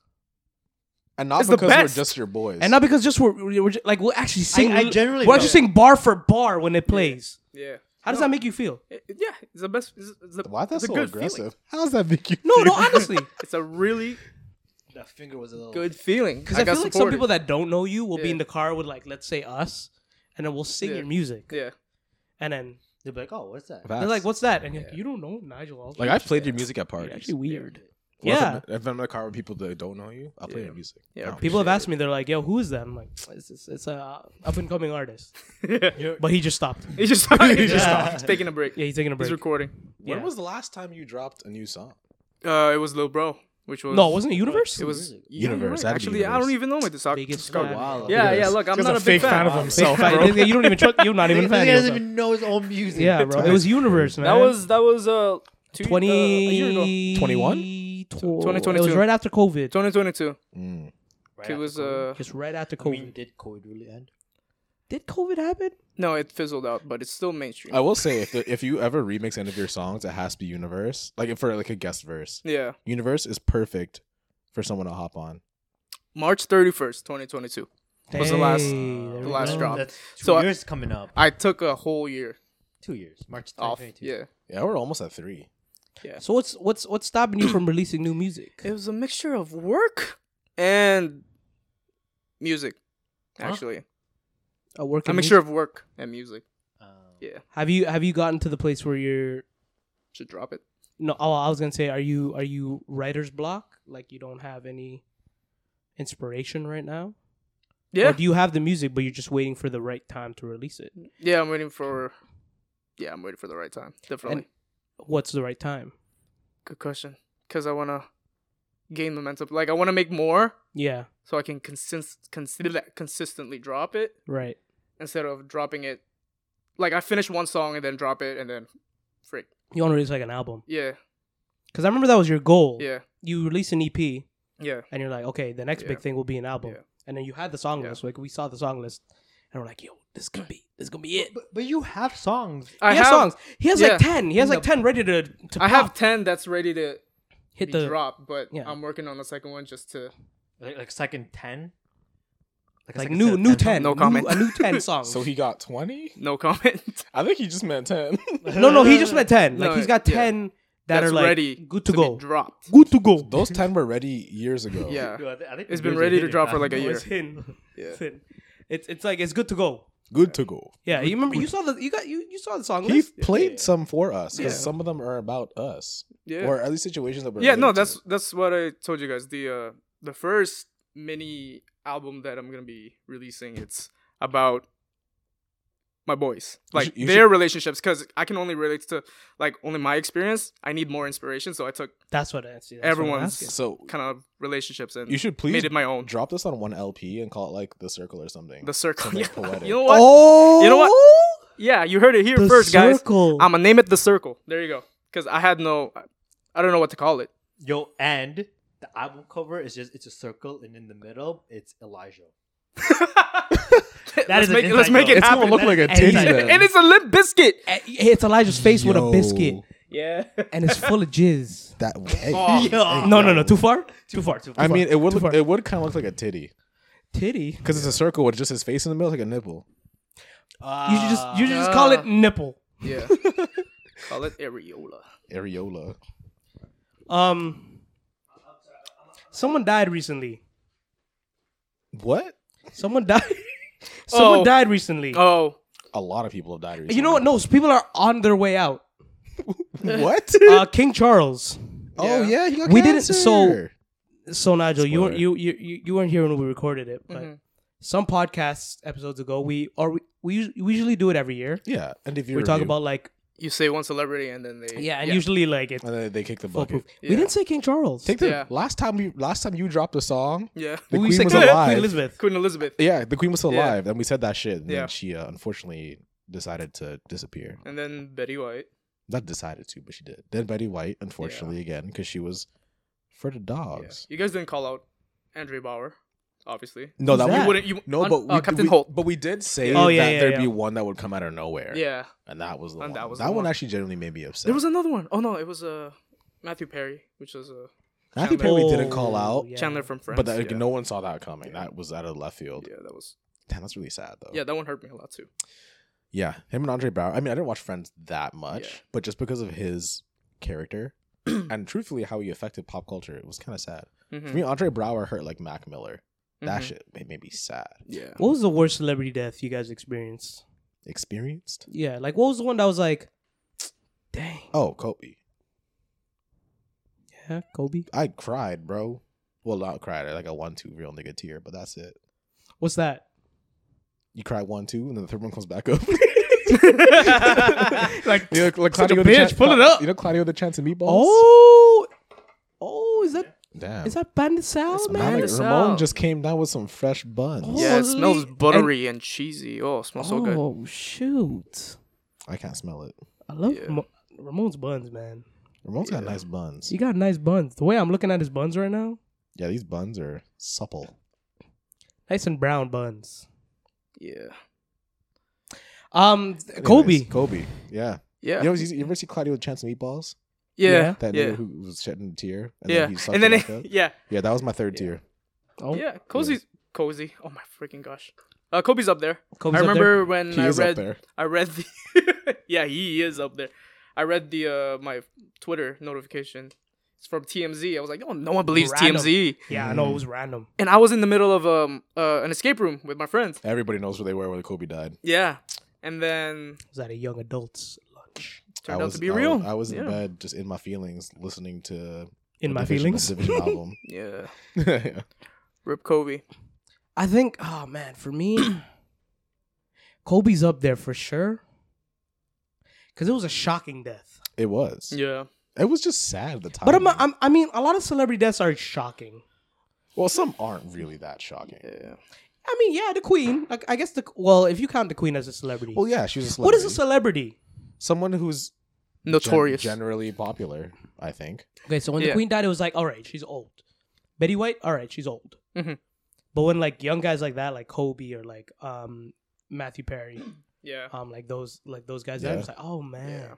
[SPEAKER 1] and not
[SPEAKER 3] It's the
[SPEAKER 1] because we're
[SPEAKER 3] best.
[SPEAKER 1] just your boys.
[SPEAKER 2] and not because just we're, we're, we're ju- like we'll actually sing.
[SPEAKER 4] I
[SPEAKER 2] we'll
[SPEAKER 4] generally don't.
[SPEAKER 2] actually sing bar for bar when it plays.
[SPEAKER 3] Yeah.
[SPEAKER 2] How does that make you feel?
[SPEAKER 3] It, it- yeah, it's the best. It's, it's the,
[SPEAKER 1] why that's
[SPEAKER 3] it's
[SPEAKER 1] so
[SPEAKER 3] a good
[SPEAKER 1] aggressive?
[SPEAKER 3] Feeling.
[SPEAKER 1] How's that make you?
[SPEAKER 2] No,
[SPEAKER 1] [LAUGHS]
[SPEAKER 2] no, honestly,
[SPEAKER 3] It's a really
[SPEAKER 4] That finger was a little.
[SPEAKER 3] good feeling.
[SPEAKER 2] because I,
[SPEAKER 3] got
[SPEAKER 2] feel like some
[SPEAKER 3] supported.
[SPEAKER 2] people that don't know you will be
[SPEAKER 3] Yeah.
[SPEAKER 2] in the car with like let's say us, and then we'll sing
[SPEAKER 3] Yeah.
[SPEAKER 2] your music,
[SPEAKER 3] Yeah. [LAUGHS]
[SPEAKER 2] and then
[SPEAKER 4] They'd be like, "Oh, what's that?"
[SPEAKER 2] they're like, "What's that?" And you're like, you don't know Nigel. Aldridge."
[SPEAKER 1] like I've played your music at
[SPEAKER 2] You're
[SPEAKER 1] parties.
[SPEAKER 2] actually weird.
[SPEAKER 1] Or if I'm-
[SPEAKER 2] Yeah.
[SPEAKER 1] If I'm in a car with people that don't know you, I'll play
[SPEAKER 3] Yeah.
[SPEAKER 1] your music.
[SPEAKER 3] Yeah,
[SPEAKER 1] Oh,
[SPEAKER 2] People have asked me, they're like, "Yo, who is that?" I'm like, "It's it's, it's a up and coming
[SPEAKER 3] [LAUGHS]
[SPEAKER 2] artist," but he just stopped.
[SPEAKER 3] He just stopped. He just
[SPEAKER 4] Yeah.
[SPEAKER 3] stopped. He's taking a break.
[SPEAKER 2] Yeah, he's taking a break.
[SPEAKER 3] He's recording.
[SPEAKER 1] When
[SPEAKER 2] Yeah.
[SPEAKER 1] was the last time you dropped a new song?
[SPEAKER 3] Uh, it was Lil Bro, which was
[SPEAKER 2] no, wasn't it Universe?
[SPEAKER 3] it was
[SPEAKER 4] Universe.
[SPEAKER 3] Yeah, you're
[SPEAKER 1] Universe,
[SPEAKER 3] right.
[SPEAKER 1] that'd be
[SPEAKER 3] Actually, I don't
[SPEAKER 1] Universe.
[SPEAKER 3] even know my dis-
[SPEAKER 2] Biggest
[SPEAKER 3] discography.
[SPEAKER 2] fan.
[SPEAKER 4] Wow.
[SPEAKER 2] [LAUGHS]
[SPEAKER 3] Yeah,
[SPEAKER 1] Look at
[SPEAKER 3] yeah.
[SPEAKER 1] this.
[SPEAKER 3] Look, I'm
[SPEAKER 1] This guy's
[SPEAKER 3] not
[SPEAKER 1] a
[SPEAKER 3] a big
[SPEAKER 1] fake fan
[SPEAKER 3] fan.
[SPEAKER 1] of
[SPEAKER 3] [LAUGHS]
[SPEAKER 1] himself,
[SPEAKER 2] Fake
[SPEAKER 1] bro.
[SPEAKER 2] fan. you don't even trust. You're not even a
[SPEAKER 4] This guy
[SPEAKER 2] fan. of
[SPEAKER 4] doesn't
[SPEAKER 2] yourself.
[SPEAKER 4] even know his own music.
[SPEAKER 2] Yeah, bro. It was Universe, man.
[SPEAKER 3] That was that was uh two, uh, a year
[SPEAKER 2] 20
[SPEAKER 3] ago.
[SPEAKER 1] 21?
[SPEAKER 2] 2022. It was right after COVID.
[SPEAKER 3] 2022.
[SPEAKER 1] Mm.
[SPEAKER 4] Right
[SPEAKER 3] It
[SPEAKER 4] after
[SPEAKER 3] was
[SPEAKER 4] COVID.
[SPEAKER 3] uh
[SPEAKER 2] Just right after
[SPEAKER 4] I
[SPEAKER 2] COVID.
[SPEAKER 4] mean, did COVID really end?
[SPEAKER 2] Did COVID happen?
[SPEAKER 3] no, it fizzled out, but it's still mainstream.
[SPEAKER 1] I will say if the, if you ever remix any of your songs, it has to be Universe. Like if for like a guest verse,
[SPEAKER 3] yeah,
[SPEAKER 1] Universe is perfect for someone to hop on.
[SPEAKER 3] March 31st, 2022. was the last-
[SPEAKER 2] Dang, there
[SPEAKER 3] the
[SPEAKER 2] we
[SPEAKER 3] last
[SPEAKER 2] go.
[SPEAKER 3] drop.
[SPEAKER 4] Oh, That's two
[SPEAKER 3] So I-
[SPEAKER 4] years coming up.
[SPEAKER 3] I took a whole year
[SPEAKER 4] two years. March
[SPEAKER 3] off.
[SPEAKER 4] 2022.
[SPEAKER 3] Yeah,
[SPEAKER 1] Yeah, we're almost at three.
[SPEAKER 2] So what's what's what's stopping you from [CLEARS THROAT] releasing new music?
[SPEAKER 3] it was a mixture of work and music.
[SPEAKER 2] Huh?
[SPEAKER 3] Actually,
[SPEAKER 2] A work.
[SPEAKER 3] a
[SPEAKER 2] in
[SPEAKER 3] mixture
[SPEAKER 2] music?
[SPEAKER 3] of work and music.
[SPEAKER 4] Um,
[SPEAKER 3] Yeah,
[SPEAKER 2] Have you have you gotten to the place where you're?
[SPEAKER 3] should drop it.
[SPEAKER 2] No, oh, I was gonna say, are you are you writer's block? Like you don't have any inspiration right now?
[SPEAKER 3] Yeah,
[SPEAKER 2] Or do you have the music, but you're just waiting for the right time to release it?
[SPEAKER 3] yeah. I'm waiting for. Yeah, I'm waiting for the right time. Definitely.
[SPEAKER 2] And- What's the right time?
[SPEAKER 3] Good question. Because I wanna gain momentum. Like I wanna make more,
[SPEAKER 2] Yeah.
[SPEAKER 3] so I can consist consider that consistently drop it
[SPEAKER 2] Right.
[SPEAKER 3] instead of dropping it. Like I finish one song and then drop it and then, freak.
[SPEAKER 2] You want to release like an album
[SPEAKER 3] Yeah,
[SPEAKER 2] because I remember that was your goal.
[SPEAKER 3] yeah,
[SPEAKER 2] You release an E EP and
[SPEAKER 3] yeah,
[SPEAKER 2] you're like, okay, the next
[SPEAKER 3] Yeah.
[SPEAKER 2] big thing will be an album.
[SPEAKER 3] Yeah.
[SPEAKER 2] And then you had the song
[SPEAKER 3] Yeah.
[SPEAKER 2] list. Like we saw the song list, and we're like, yo, this could be this gonna be it.
[SPEAKER 4] but, but you have songs.
[SPEAKER 3] I
[SPEAKER 2] he has
[SPEAKER 3] have
[SPEAKER 2] songs. He has
[SPEAKER 3] yeah.
[SPEAKER 2] like ten. He has like ten ready to. to
[SPEAKER 3] I have
[SPEAKER 2] pop.
[SPEAKER 3] ten that's ready to
[SPEAKER 2] hit
[SPEAKER 3] be
[SPEAKER 2] the
[SPEAKER 3] dropped, but
[SPEAKER 2] yeah.
[SPEAKER 3] I'm working on the second one just to.
[SPEAKER 4] Like, like second 10? a
[SPEAKER 2] like
[SPEAKER 4] second
[SPEAKER 2] new
[SPEAKER 4] set of
[SPEAKER 2] new
[SPEAKER 4] 10 songs?
[SPEAKER 2] ten.
[SPEAKER 3] No
[SPEAKER 2] New-
[SPEAKER 3] comment.
[SPEAKER 2] a new
[SPEAKER 3] [LAUGHS]
[SPEAKER 2] ten songs.
[SPEAKER 1] So he got twenty.
[SPEAKER 3] No [LAUGHS] comment.
[SPEAKER 1] I think he just meant [LAUGHS] ten.
[SPEAKER 2] no, no,
[SPEAKER 3] [LAUGHS]
[SPEAKER 2] he just went ten. Like
[SPEAKER 3] No,
[SPEAKER 2] he's got
[SPEAKER 3] yeah.
[SPEAKER 2] ten that
[SPEAKER 3] that's
[SPEAKER 2] are like
[SPEAKER 3] ready.
[SPEAKER 2] good to,
[SPEAKER 3] be
[SPEAKER 2] go.
[SPEAKER 3] dropped.
[SPEAKER 2] Good to go.
[SPEAKER 1] Those ten were ready years ago.
[SPEAKER 3] Yeah.
[SPEAKER 4] Yo, I thi- I think
[SPEAKER 3] It's
[SPEAKER 4] the
[SPEAKER 3] been
[SPEAKER 4] music
[SPEAKER 3] ready
[SPEAKER 4] hit
[SPEAKER 3] to
[SPEAKER 4] it
[SPEAKER 3] drop
[SPEAKER 4] back.
[SPEAKER 3] for like a
[SPEAKER 2] No,
[SPEAKER 3] year.
[SPEAKER 2] it's [LAUGHS] in.
[SPEAKER 3] [LAUGHS] Yeah.
[SPEAKER 2] It's in. It's it's like it's good to go.
[SPEAKER 1] good to go.
[SPEAKER 2] Yeah, you remember you saw the you got you you saw the song
[SPEAKER 1] He
[SPEAKER 2] list.
[SPEAKER 1] played some for us because
[SPEAKER 3] Yeah.
[SPEAKER 1] some of them are about us,
[SPEAKER 3] Yeah.
[SPEAKER 1] or at least situations that were.
[SPEAKER 3] yeah no
[SPEAKER 1] related to
[SPEAKER 3] that's
[SPEAKER 1] it.
[SPEAKER 3] that's what i told you guys the uh the first mini album that i'm gonna be releasing it's about my boys
[SPEAKER 1] You
[SPEAKER 3] like
[SPEAKER 1] should- you
[SPEAKER 3] their relationships because i can only relate to like only my experience i need more inspiration so i took
[SPEAKER 2] That's what I see.
[SPEAKER 3] Everyone's-
[SPEAKER 1] so.
[SPEAKER 3] kind of relationships and
[SPEAKER 1] You should please
[SPEAKER 3] made it my own
[SPEAKER 1] drop this on one LP and call it like the circle or something.
[SPEAKER 3] the circle
[SPEAKER 1] Something
[SPEAKER 3] [LAUGHS] Yeah.
[SPEAKER 1] [LAUGHS] poetic.
[SPEAKER 3] you know what
[SPEAKER 2] Oh,
[SPEAKER 3] You know what? yeah you heard it here
[SPEAKER 2] The
[SPEAKER 3] first guys
[SPEAKER 2] circle.
[SPEAKER 3] i'm gonna name it the circle there you go because i had no i don't know what to call it
[SPEAKER 4] Yo, and the album cover is just, it's a circle, and in the middle, it's Elijah. That
[SPEAKER 3] let's
[SPEAKER 4] is an
[SPEAKER 3] make it, let's
[SPEAKER 4] inside
[SPEAKER 3] make
[SPEAKER 4] joke.
[SPEAKER 3] it
[SPEAKER 1] It's
[SPEAKER 3] happen.
[SPEAKER 1] gonna look like a
[SPEAKER 4] That's
[SPEAKER 1] titty
[SPEAKER 4] inside
[SPEAKER 1] then.
[SPEAKER 3] [LAUGHS] and it's a lip biscuit.
[SPEAKER 2] Eh, It's Elijah's face with a
[SPEAKER 1] Yo.
[SPEAKER 2] biscuit,
[SPEAKER 3] Yeah.
[SPEAKER 2] and it's full of jizz.
[SPEAKER 1] That way. [LAUGHS]
[SPEAKER 3] Oh,
[SPEAKER 4] Yo.
[SPEAKER 2] No, no, no. Too far?
[SPEAKER 4] Too far. Too far.
[SPEAKER 1] I mean, it would
[SPEAKER 2] Too
[SPEAKER 1] look,
[SPEAKER 2] far.
[SPEAKER 1] it would kind of look like a titty
[SPEAKER 2] Titty.
[SPEAKER 1] because it's a circle with just his face in the middle, like a nipple.
[SPEAKER 2] You should just you should just call it nipple.
[SPEAKER 3] [LAUGHS] Yeah. Call it areola.
[SPEAKER 1] Areola.
[SPEAKER 2] Um, someone died recently.
[SPEAKER 1] What?
[SPEAKER 2] Someone [LAUGHS] died. someone
[SPEAKER 3] Oh.
[SPEAKER 2] died recently.
[SPEAKER 3] Oh,
[SPEAKER 1] A lot of people have died recently.
[SPEAKER 2] You know what? No, people are on their way out. [LAUGHS]
[SPEAKER 1] What?
[SPEAKER 2] Uh, King Charles.
[SPEAKER 1] Oh
[SPEAKER 3] Yeah.
[SPEAKER 1] yeah, he got
[SPEAKER 2] We didn't-
[SPEAKER 1] cancer.
[SPEAKER 2] so- So Nigel, you weren't
[SPEAKER 1] Spoiler.
[SPEAKER 2] you, you you you weren't here when we recorded it, but some podcasts episodes ago, we or we we, us- we usually do it every year.
[SPEAKER 1] yeah, and if you
[SPEAKER 2] We talk
[SPEAKER 1] review,
[SPEAKER 2] about like
[SPEAKER 3] you say one celebrity and then they.
[SPEAKER 2] yeah, and usually like it's
[SPEAKER 1] and then they kick the bucket.
[SPEAKER 2] foolproof. We
[SPEAKER 3] Yeah.
[SPEAKER 2] didn't say King Charles.
[SPEAKER 1] Take the
[SPEAKER 3] Yeah.
[SPEAKER 1] last time we last time you dropped a song,
[SPEAKER 3] Yeah.
[SPEAKER 1] the
[SPEAKER 2] we
[SPEAKER 1] queen
[SPEAKER 2] said
[SPEAKER 1] was
[SPEAKER 2] Queen- Queen
[SPEAKER 1] alive.
[SPEAKER 2] Elizabeth.
[SPEAKER 3] [LAUGHS] Queen Elizabeth.
[SPEAKER 1] Yeah, the queen was still
[SPEAKER 3] Yeah.
[SPEAKER 1] alive, and we said that shit, and
[SPEAKER 3] Yeah.
[SPEAKER 1] then she uh, unfortunately decided to disappear.
[SPEAKER 3] And then Betty White.
[SPEAKER 1] Not decided to, but she did. Then Betty White, unfortunately, again because she was for the
[SPEAKER 3] Yeah.
[SPEAKER 1] dogs.
[SPEAKER 3] You guys didn't call out Andre Bauer, obviously.
[SPEAKER 1] No, that,
[SPEAKER 2] Who's
[SPEAKER 3] You
[SPEAKER 2] that?
[SPEAKER 1] we
[SPEAKER 3] wouldn't. You
[SPEAKER 1] no,
[SPEAKER 3] un-
[SPEAKER 1] but we,
[SPEAKER 3] uh, Captain
[SPEAKER 1] we-
[SPEAKER 3] Holt.
[SPEAKER 1] but we did say
[SPEAKER 2] Oh, yeah,
[SPEAKER 1] that
[SPEAKER 2] yeah,
[SPEAKER 1] there'd
[SPEAKER 2] yeah.
[SPEAKER 1] be one that would come out of nowhere.
[SPEAKER 3] Yeah.
[SPEAKER 1] and that was the
[SPEAKER 3] And
[SPEAKER 1] one. That,
[SPEAKER 3] that was the
[SPEAKER 1] one,
[SPEAKER 3] one.
[SPEAKER 1] actually genuinely made me upset.
[SPEAKER 3] There was another one. Oh no, it was uh Matthew Perry, which was uh,
[SPEAKER 1] Matthew
[SPEAKER 3] Chandler.
[SPEAKER 1] Perry didn't call out,
[SPEAKER 2] yeah.
[SPEAKER 3] Chandler from Friends.
[SPEAKER 1] but that, like,
[SPEAKER 3] yeah.
[SPEAKER 1] no one saw that coming. That was out of left field.
[SPEAKER 3] Yeah, that was.
[SPEAKER 1] Damn, that's really sad though.
[SPEAKER 3] Yeah, that one hurt me a lot too.
[SPEAKER 1] Yeah, him and Andre Bauer. I mean, I didn't watch Friends that much,
[SPEAKER 3] Yeah.
[SPEAKER 1] but just because of his character
[SPEAKER 3] [CLEARS THROAT]
[SPEAKER 1] and truthfully how he affected pop culture, it was kind of sad.
[SPEAKER 3] Mhm.
[SPEAKER 1] For me, Andre Bauer hurt like Mac Miller. That
[SPEAKER 3] Mhm.
[SPEAKER 1] shit made, made me sad.
[SPEAKER 3] Yeah.
[SPEAKER 2] What was the worst celebrity death you guys experienced?
[SPEAKER 1] Experienced?
[SPEAKER 2] Yeah, like what was the one that was like, dang,
[SPEAKER 1] Oh, Kobe.
[SPEAKER 2] yeah, Kobe.
[SPEAKER 1] I cried, bro. Well, not cried. I like a one, two real nigga tear, but that's it.
[SPEAKER 2] What's [LAUGHS] that?
[SPEAKER 1] You cry one, two, and then the third one comes back up. [LAUGHS]
[SPEAKER 2] like
[SPEAKER 1] you know, like
[SPEAKER 2] Such a
[SPEAKER 1] Claudio the
[SPEAKER 2] bitch,
[SPEAKER 1] Chan-
[SPEAKER 2] pull it up.
[SPEAKER 1] You know Claudio the Chance and Meatballs?
[SPEAKER 2] oh, oh, is that
[SPEAKER 1] damn.
[SPEAKER 2] is that Bandit Sal,
[SPEAKER 3] It's
[SPEAKER 1] Now,
[SPEAKER 2] man?
[SPEAKER 1] like,
[SPEAKER 3] Bandit
[SPEAKER 1] Ramon
[SPEAKER 3] Sal.
[SPEAKER 1] just came down with some fresh buns.
[SPEAKER 2] Oh.
[SPEAKER 3] Yeah, it smells
[SPEAKER 2] Holy-
[SPEAKER 3] buttery and, cheesy. Oh, it smells so good.
[SPEAKER 2] oh shoot,
[SPEAKER 1] I can't smell it.
[SPEAKER 2] I love
[SPEAKER 3] Yeah.
[SPEAKER 2] Mo- Ramon's buns, man.
[SPEAKER 1] Ramon's got
[SPEAKER 3] Yeah.
[SPEAKER 1] nice buns.
[SPEAKER 2] He got nice buns. The way I'm looking at his buns right now,
[SPEAKER 1] Yeah, these buns are supple.
[SPEAKER 2] nice and brown buns.
[SPEAKER 3] Yeah.
[SPEAKER 2] Um,
[SPEAKER 1] Anyways,
[SPEAKER 2] Kobe.
[SPEAKER 1] Kobe. Yeah.
[SPEAKER 3] Yeah.
[SPEAKER 1] You, ever, see- you ever see Claudio with Chance and Meatballs?
[SPEAKER 3] yeah.
[SPEAKER 1] That
[SPEAKER 3] yeah.
[SPEAKER 1] nigga who was shedding a tear. And
[SPEAKER 3] yeah,
[SPEAKER 1] Then he sucked
[SPEAKER 3] and then
[SPEAKER 1] it back
[SPEAKER 3] it,
[SPEAKER 1] up?
[SPEAKER 3] [LAUGHS] yeah,
[SPEAKER 1] yeah, that was my third
[SPEAKER 3] Yeah.
[SPEAKER 1] tier.
[SPEAKER 2] Oh,
[SPEAKER 3] yeah, cozy's cozy. Oh my freaking gosh, uh, Kobe's up there.
[SPEAKER 2] Kobe's
[SPEAKER 3] I
[SPEAKER 2] up there?
[SPEAKER 3] remember when
[SPEAKER 1] He
[SPEAKER 3] I
[SPEAKER 1] is up
[SPEAKER 3] read,
[SPEAKER 1] there.
[SPEAKER 3] I read the, [LAUGHS] yeah, he is up there. I read the uh my Twitter notification. It's from TMZ. I was like, oh, no one believes
[SPEAKER 2] Random.
[SPEAKER 3] TMZ.
[SPEAKER 2] Yeah, I know it was random.
[SPEAKER 3] And I was in the middle of um uh, an escape room with my friends.
[SPEAKER 1] Everybody knows where they were when Kobe died.
[SPEAKER 3] Yeah, and then
[SPEAKER 2] It was at a young adults lunch.
[SPEAKER 3] turned
[SPEAKER 1] I
[SPEAKER 3] out
[SPEAKER 1] was,
[SPEAKER 3] to be
[SPEAKER 1] I was-
[SPEAKER 3] real.
[SPEAKER 1] I was in
[SPEAKER 3] yeah.
[SPEAKER 1] bed, just in my feelings, listening to
[SPEAKER 2] In
[SPEAKER 1] the
[SPEAKER 2] my
[SPEAKER 1] Division-
[SPEAKER 2] feelings.
[SPEAKER 1] the Division album.
[SPEAKER 3] Yeah,
[SPEAKER 1] Yeah.
[SPEAKER 2] [LAUGHS]
[SPEAKER 3] rip Kobe.
[SPEAKER 2] I think, oh man, for me, [CLEARS THROAT] Kobe's up there for sure. Because it was a shocking death.
[SPEAKER 1] [LAUGHS] It was.
[SPEAKER 3] Yeah,
[SPEAKER 1] It was just sad at the time.
[SPEAKER 2] But I'm, I'm, I mean, a lot of celebrity deaths are shocking.
[SPEAKER 1] well, some aren't really that shocking.
[SPEAKER 3] yeah.
[SPEAKER 2] I mean, yeah, the queen. I, I guess the, well, if you count the queen as a celebrity.
[SPEAKER 1] Well, Oh, yeah, she was a
[SPEAKER 2] What
[SPEAKER 1] celebrity.
[SPEAKER 2] is a celebrity?
[SPEAKER 1] Someone who's gen-
[SPEAKER 3] Notorious.
[SPEAKER 1] generally popular, I think.
[SPEAKER 2] Okay, so when the
[SPEAKER 3] Yeah.
[SPEAKER 2] queen died, it was like, all right, she's old. Betty White, all right, she's old.
[SPEAKER 3] Mhm.
[SPEAKER 2] But when like young guys like that, like Kobe or like um Matthew Perry,
[SPEAKER 3] yeah,
[SPEAKER 2] um like those like those guys,
[SPEAKER 1] Yeah.
[SPEAKER 2] I'm just like, oh man,
[SPEAKER 3] Yeah.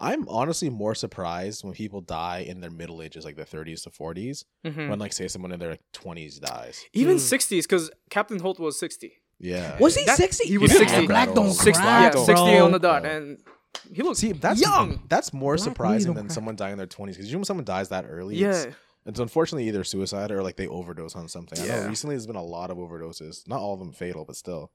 [SPEAKER 1] I'm honestly more surprised when people die in their middle ages, like their 30s to 40s,
[SPEAKER 3] Mhm.
[SPEAKER 1] when Hmm. like say someone in their like 20s dies.
[SPEAKER 3] even
[SPEAKER 2] Mm.
[SPEAKER 3] 60s because Captain Holt was 60.
[SPEAKER 1] Yeah.
[SPEAKER 2] was he
[SPEAKER 3] That-
[SPEAKER 2] sixty?
[SPEAKER 3] he was
[SPEAKER 2] Yeah,
[SPEAKER 3] 60.
[SPEAKER 2] Black don't
[SPEAKER 1] Six-
[SPEAKER 2] cry,
[SPEAKER 3] Yeah,
[SPEAKER 1] Black don't-
[SPEAKER 3] 60 on the
[SPEAKER 1] bro.
[SPEAKER 3] dot, and he looks
[SPEAKER 1] See, that's
[SPEAKER 3] young.
[SPEAKER 1] That's more
[SPEAKER 2] Black really
[SPEAKER 1] surprising
[SPEAKER 2] don't
[SPEAKER 1] than
[SPEAKER 2] cry.
[SPEAKER 1] someone dying in their 20s because usually when someone dies that early,
[SPEAKER 3] yeah,
[SPEAKER 1] it's, it's unfortunately either suicide or like they overdose on something. I know
[SPEAKER 3] Yeah.
[SPEAKER 1] recently there's been a lot of overdoses, not all of them fatal, but still.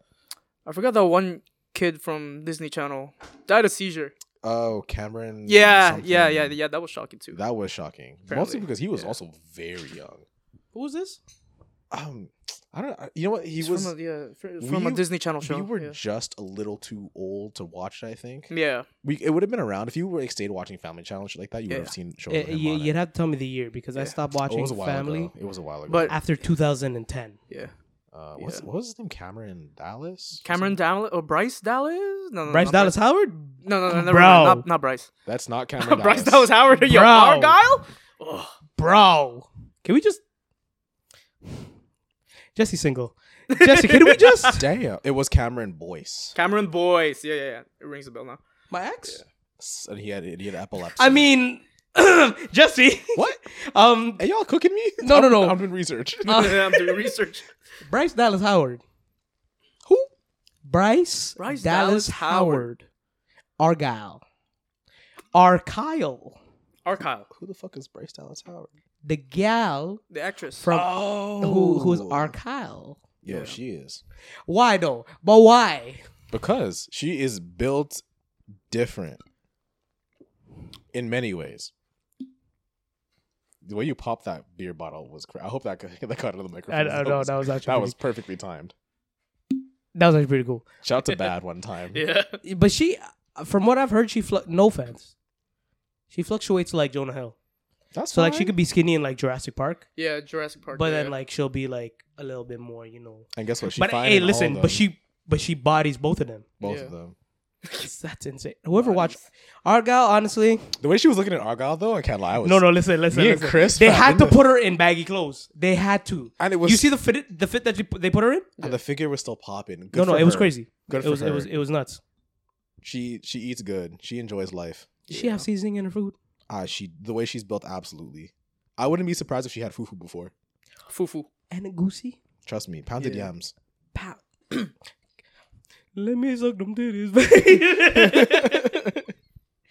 [SPEAKER 3] I forgot that one kid from Disney Channel died of seizure.
[SPEAKER 1] Oh, Cameron.
[SPEAKER 3] Yeah,
[SPEAKER 1] something.
[SPEAKER 3] yeah, yeah, yeah. That was shocking too.
[SPEAKER 1] That was shocking, mostly
[SPEAKER 3] Apparently,
[SPEAKER 1] because he was
[SPEAKER 3] yeah.
[SPEAKER 1] also very young.
[SPEAKER 2] Who was this?
[SPEAKER 1] Um, I don't. I- You know what? He
[SPEAKER 3] It's
[SPEAKER 1] was.
[SPEAKER 3] from a, yeah, fr- from a
[SPEAKER 1] we-
[SPEAKER 3] Disney Channel show.
[SPEAKER 1] we were
[SPEAKER 3] yeah.
[SPEAKER 1] just a little too old to watch. I think
[SPEAKER 2] Hmm.
[SPEAKER 3] yeah,
[SPEAKER 1] we it would have been around if you were like stayed watching Family Channel and shit like that. You would
[SPEAKER 3] Yeah.
[SPEAKER 1] have seen shows.
[SPEAKER 2] Eh,
[SPEAKER 1] with him
[SPEAKER 2] you,
[SPEAKER 1] on it.
[SPEAKER 2] would have to tell me the year because I
[SPEAKER 3] Yeah.
[SPEAKER 2] stopped
[SPEAKER 1] Oh, it
[SPEAKER 2] watching
[SPEAKER 1] was a while
[SPEAKER 2] Family
[SPEAKER 1] ago. It was a while ago.
[SPEAKER 3] But-
[SPEAKER 2] after 2010.
[SPEAKER 3] yeah.
[SPEAKER 1] uh, what's,
[SPEAKER 3] yeah.
[SPEAKER 1] what was his name? Cameron Dallas.
[SPEAKER 3] Cameron Dallas or Bryce Dallas?
[SPEAKER 1] Mm,
[SPEAKER 3] No, no,
[SPEAKER 2] Bryce
[SPEAKER 3] not
[SPEAKER 2] Dallas Howard,
[SPEAKER 3] No, no, no, never
[SPEAKER 2] Bro.
[SPEAKER 3] mind. Not, not Bryce.
[SPEAKER 1] That's
[SPEAKER 2] [LAUGHS]
[SPEAKER 1] not Cameron.
[SPEAKER 3] [LAUGHS] Bryce
[SPEAKER 1] Dallas.
[SPEAKER 3] Dallas Howard. Yo,
[SPEAKER 2] Bro.
[SPEAKER 3] Argyle.
[SPEAKER 2] bro. Can we just? Jesse single. Jessica, did
[SPEAKER 1] [LAUGHS]
[SPEAKER 2] we [LAUGHS] just?
[SPEAKER 1] Damn. It was Cameron Boyce.
[SPEAKER 3] Cameron Boyce. Yeah, yeah, yeah. It rings a bell now.
[SPEAKER 2] My ex?
[SPEAKER 1] And he had he had epilepsy.
[SPEAKER 2] I mean, [CLEARS THROAT] Jesse.
[SPEAKER 1] What?
[SPEAKER 2] Um,
[SPEAKER 1] Are y'all cooking me?
[SPEAKER 2] No, no,
[SPEAKER 1] I'm-
[SPEAKER 2] [LAUGHS] no.
[SPEAKER 1] I'm doing research.
[SPEAKER 3] [LAUGHS] I'm doing research.
[SPEAKER 2] Bryce Dallas Howard.
[SPEAKER 1] Who?
[SPEAKER 2] Bryce,
[SPEAKER 3] Bryce
[SPEAKER 2] Dallas,
[SPEAKER 3] Dallas Howard.
[SPEAKER 2] Howard. Argyle. Argyle.
[SPEAKER 3] Argyle,
[SPEAKER 1] Who the fuck is Bryce Dallas Howard?
[SPEAKER 2] The gal
[SPEAKER 3] the actress.
[SPEAKER 2] from who who's
[SPEAKER 1] Oh.
[SPEAKER 2] Argyle.
[SPEAKER 1] Yeah, she is.
[SPEAKER 2] Why though? But why?
[SPEAKER 1] Because she is built different in many ways. The way you popped that beer bottle was cra I hope that got, [LAUGHS] that got out of the microphone. was,
[SPEAKER 2] was actually
[SPEAKER 1] that was perfectly timed.
[SPEAKER 2] that was actually pretty cool.
[SPEAKER 1] Shout out to Bad one time.
[SPEAKER 3] yeah.
[SPEAKER 2] But she, from what I've heard, she flu- no fans. She fluctuates like Jonah Hill.
[SPEAKER 1] That's
[SPEAKER 2] So like she
[SPEAKER 1] fine.
[SPEAKER 2] could be skinny in like Jurassic Park,
[SPEAKER 3] Yeah, Jurassic Park.
[SPEAKER 2] but
[SPEAKER 3] yeah.
[SPEAKER 2] then like she'll be like a little bit more, you know.
[SPEAKER 1] And guess what? She
[SPEAKER 2] but
[SPEAKER 1] fine
[SPEAKER 2] hey,
[SPEAKER 1] in all
[SPEAKER 2] listen,
[SPEAKER 1] of
[SPEAKER 2] but
[SPEAKER 1] them.
[SPEAKER 2] she but she bodies both of them. [LAUGHS]
[SPEAKER 1] both
[SPEAKER 3] Yeah.
[SPEAKER 1] of them.
[SPEAKER 2] That's insane. Whoever watched Argyle, honestly,
[SPEAKER 1] The way she was looking at Argyle though, I can't lie. I was
[SPEAKER 2] no, no, listen, listen,
[SPEAKER 1] Oh, me and
[SPEAKER 2] listen.
[SPEAKER 1] Chris
[SPEAKER 2] they
[SPEAKER 1] fam,
[SPEAKER 2] had to
[SPEAKER 1] didn't
[SPEAKER 2] put her in baggy clothes. They had to.
[SPEAKER 1] And it was-
[SPEAKER 2] you see the fit, the fit that you, put- they put her in.
[SPEAKER 1] And the figure was still popping. Good
[SPEAKER 2] no, no,
[SPEAKER 1] for
[SPEAKER 2] it was
[SPEAKER 1] her.
[SPEAKER 2] crazy.
[SPEAKER 1] Good
[SPEAKER 2] it
[SPEAKER 1] for
[SPEAKER 2] was,
[SPEAKER 1] her.
[SPEAKER 2] it was, it was nuts.
[SPEAKER 1] she she eats good. She enjoys life.
[SPEAKER 2] Did she have seasoning in her food?
[SPEAKER 1] Ah, she the way she's built, absolutely. I wouldn't be surprised if she had fufu before.
[SPEAKER 3] Fufu.
[SPEAKER 2] And a goosey?
[SPEAKER 1] Trust me, pounded yams.
[SPEAKER 2] Pow. [CLEARS THROAT] Let me suck them titties.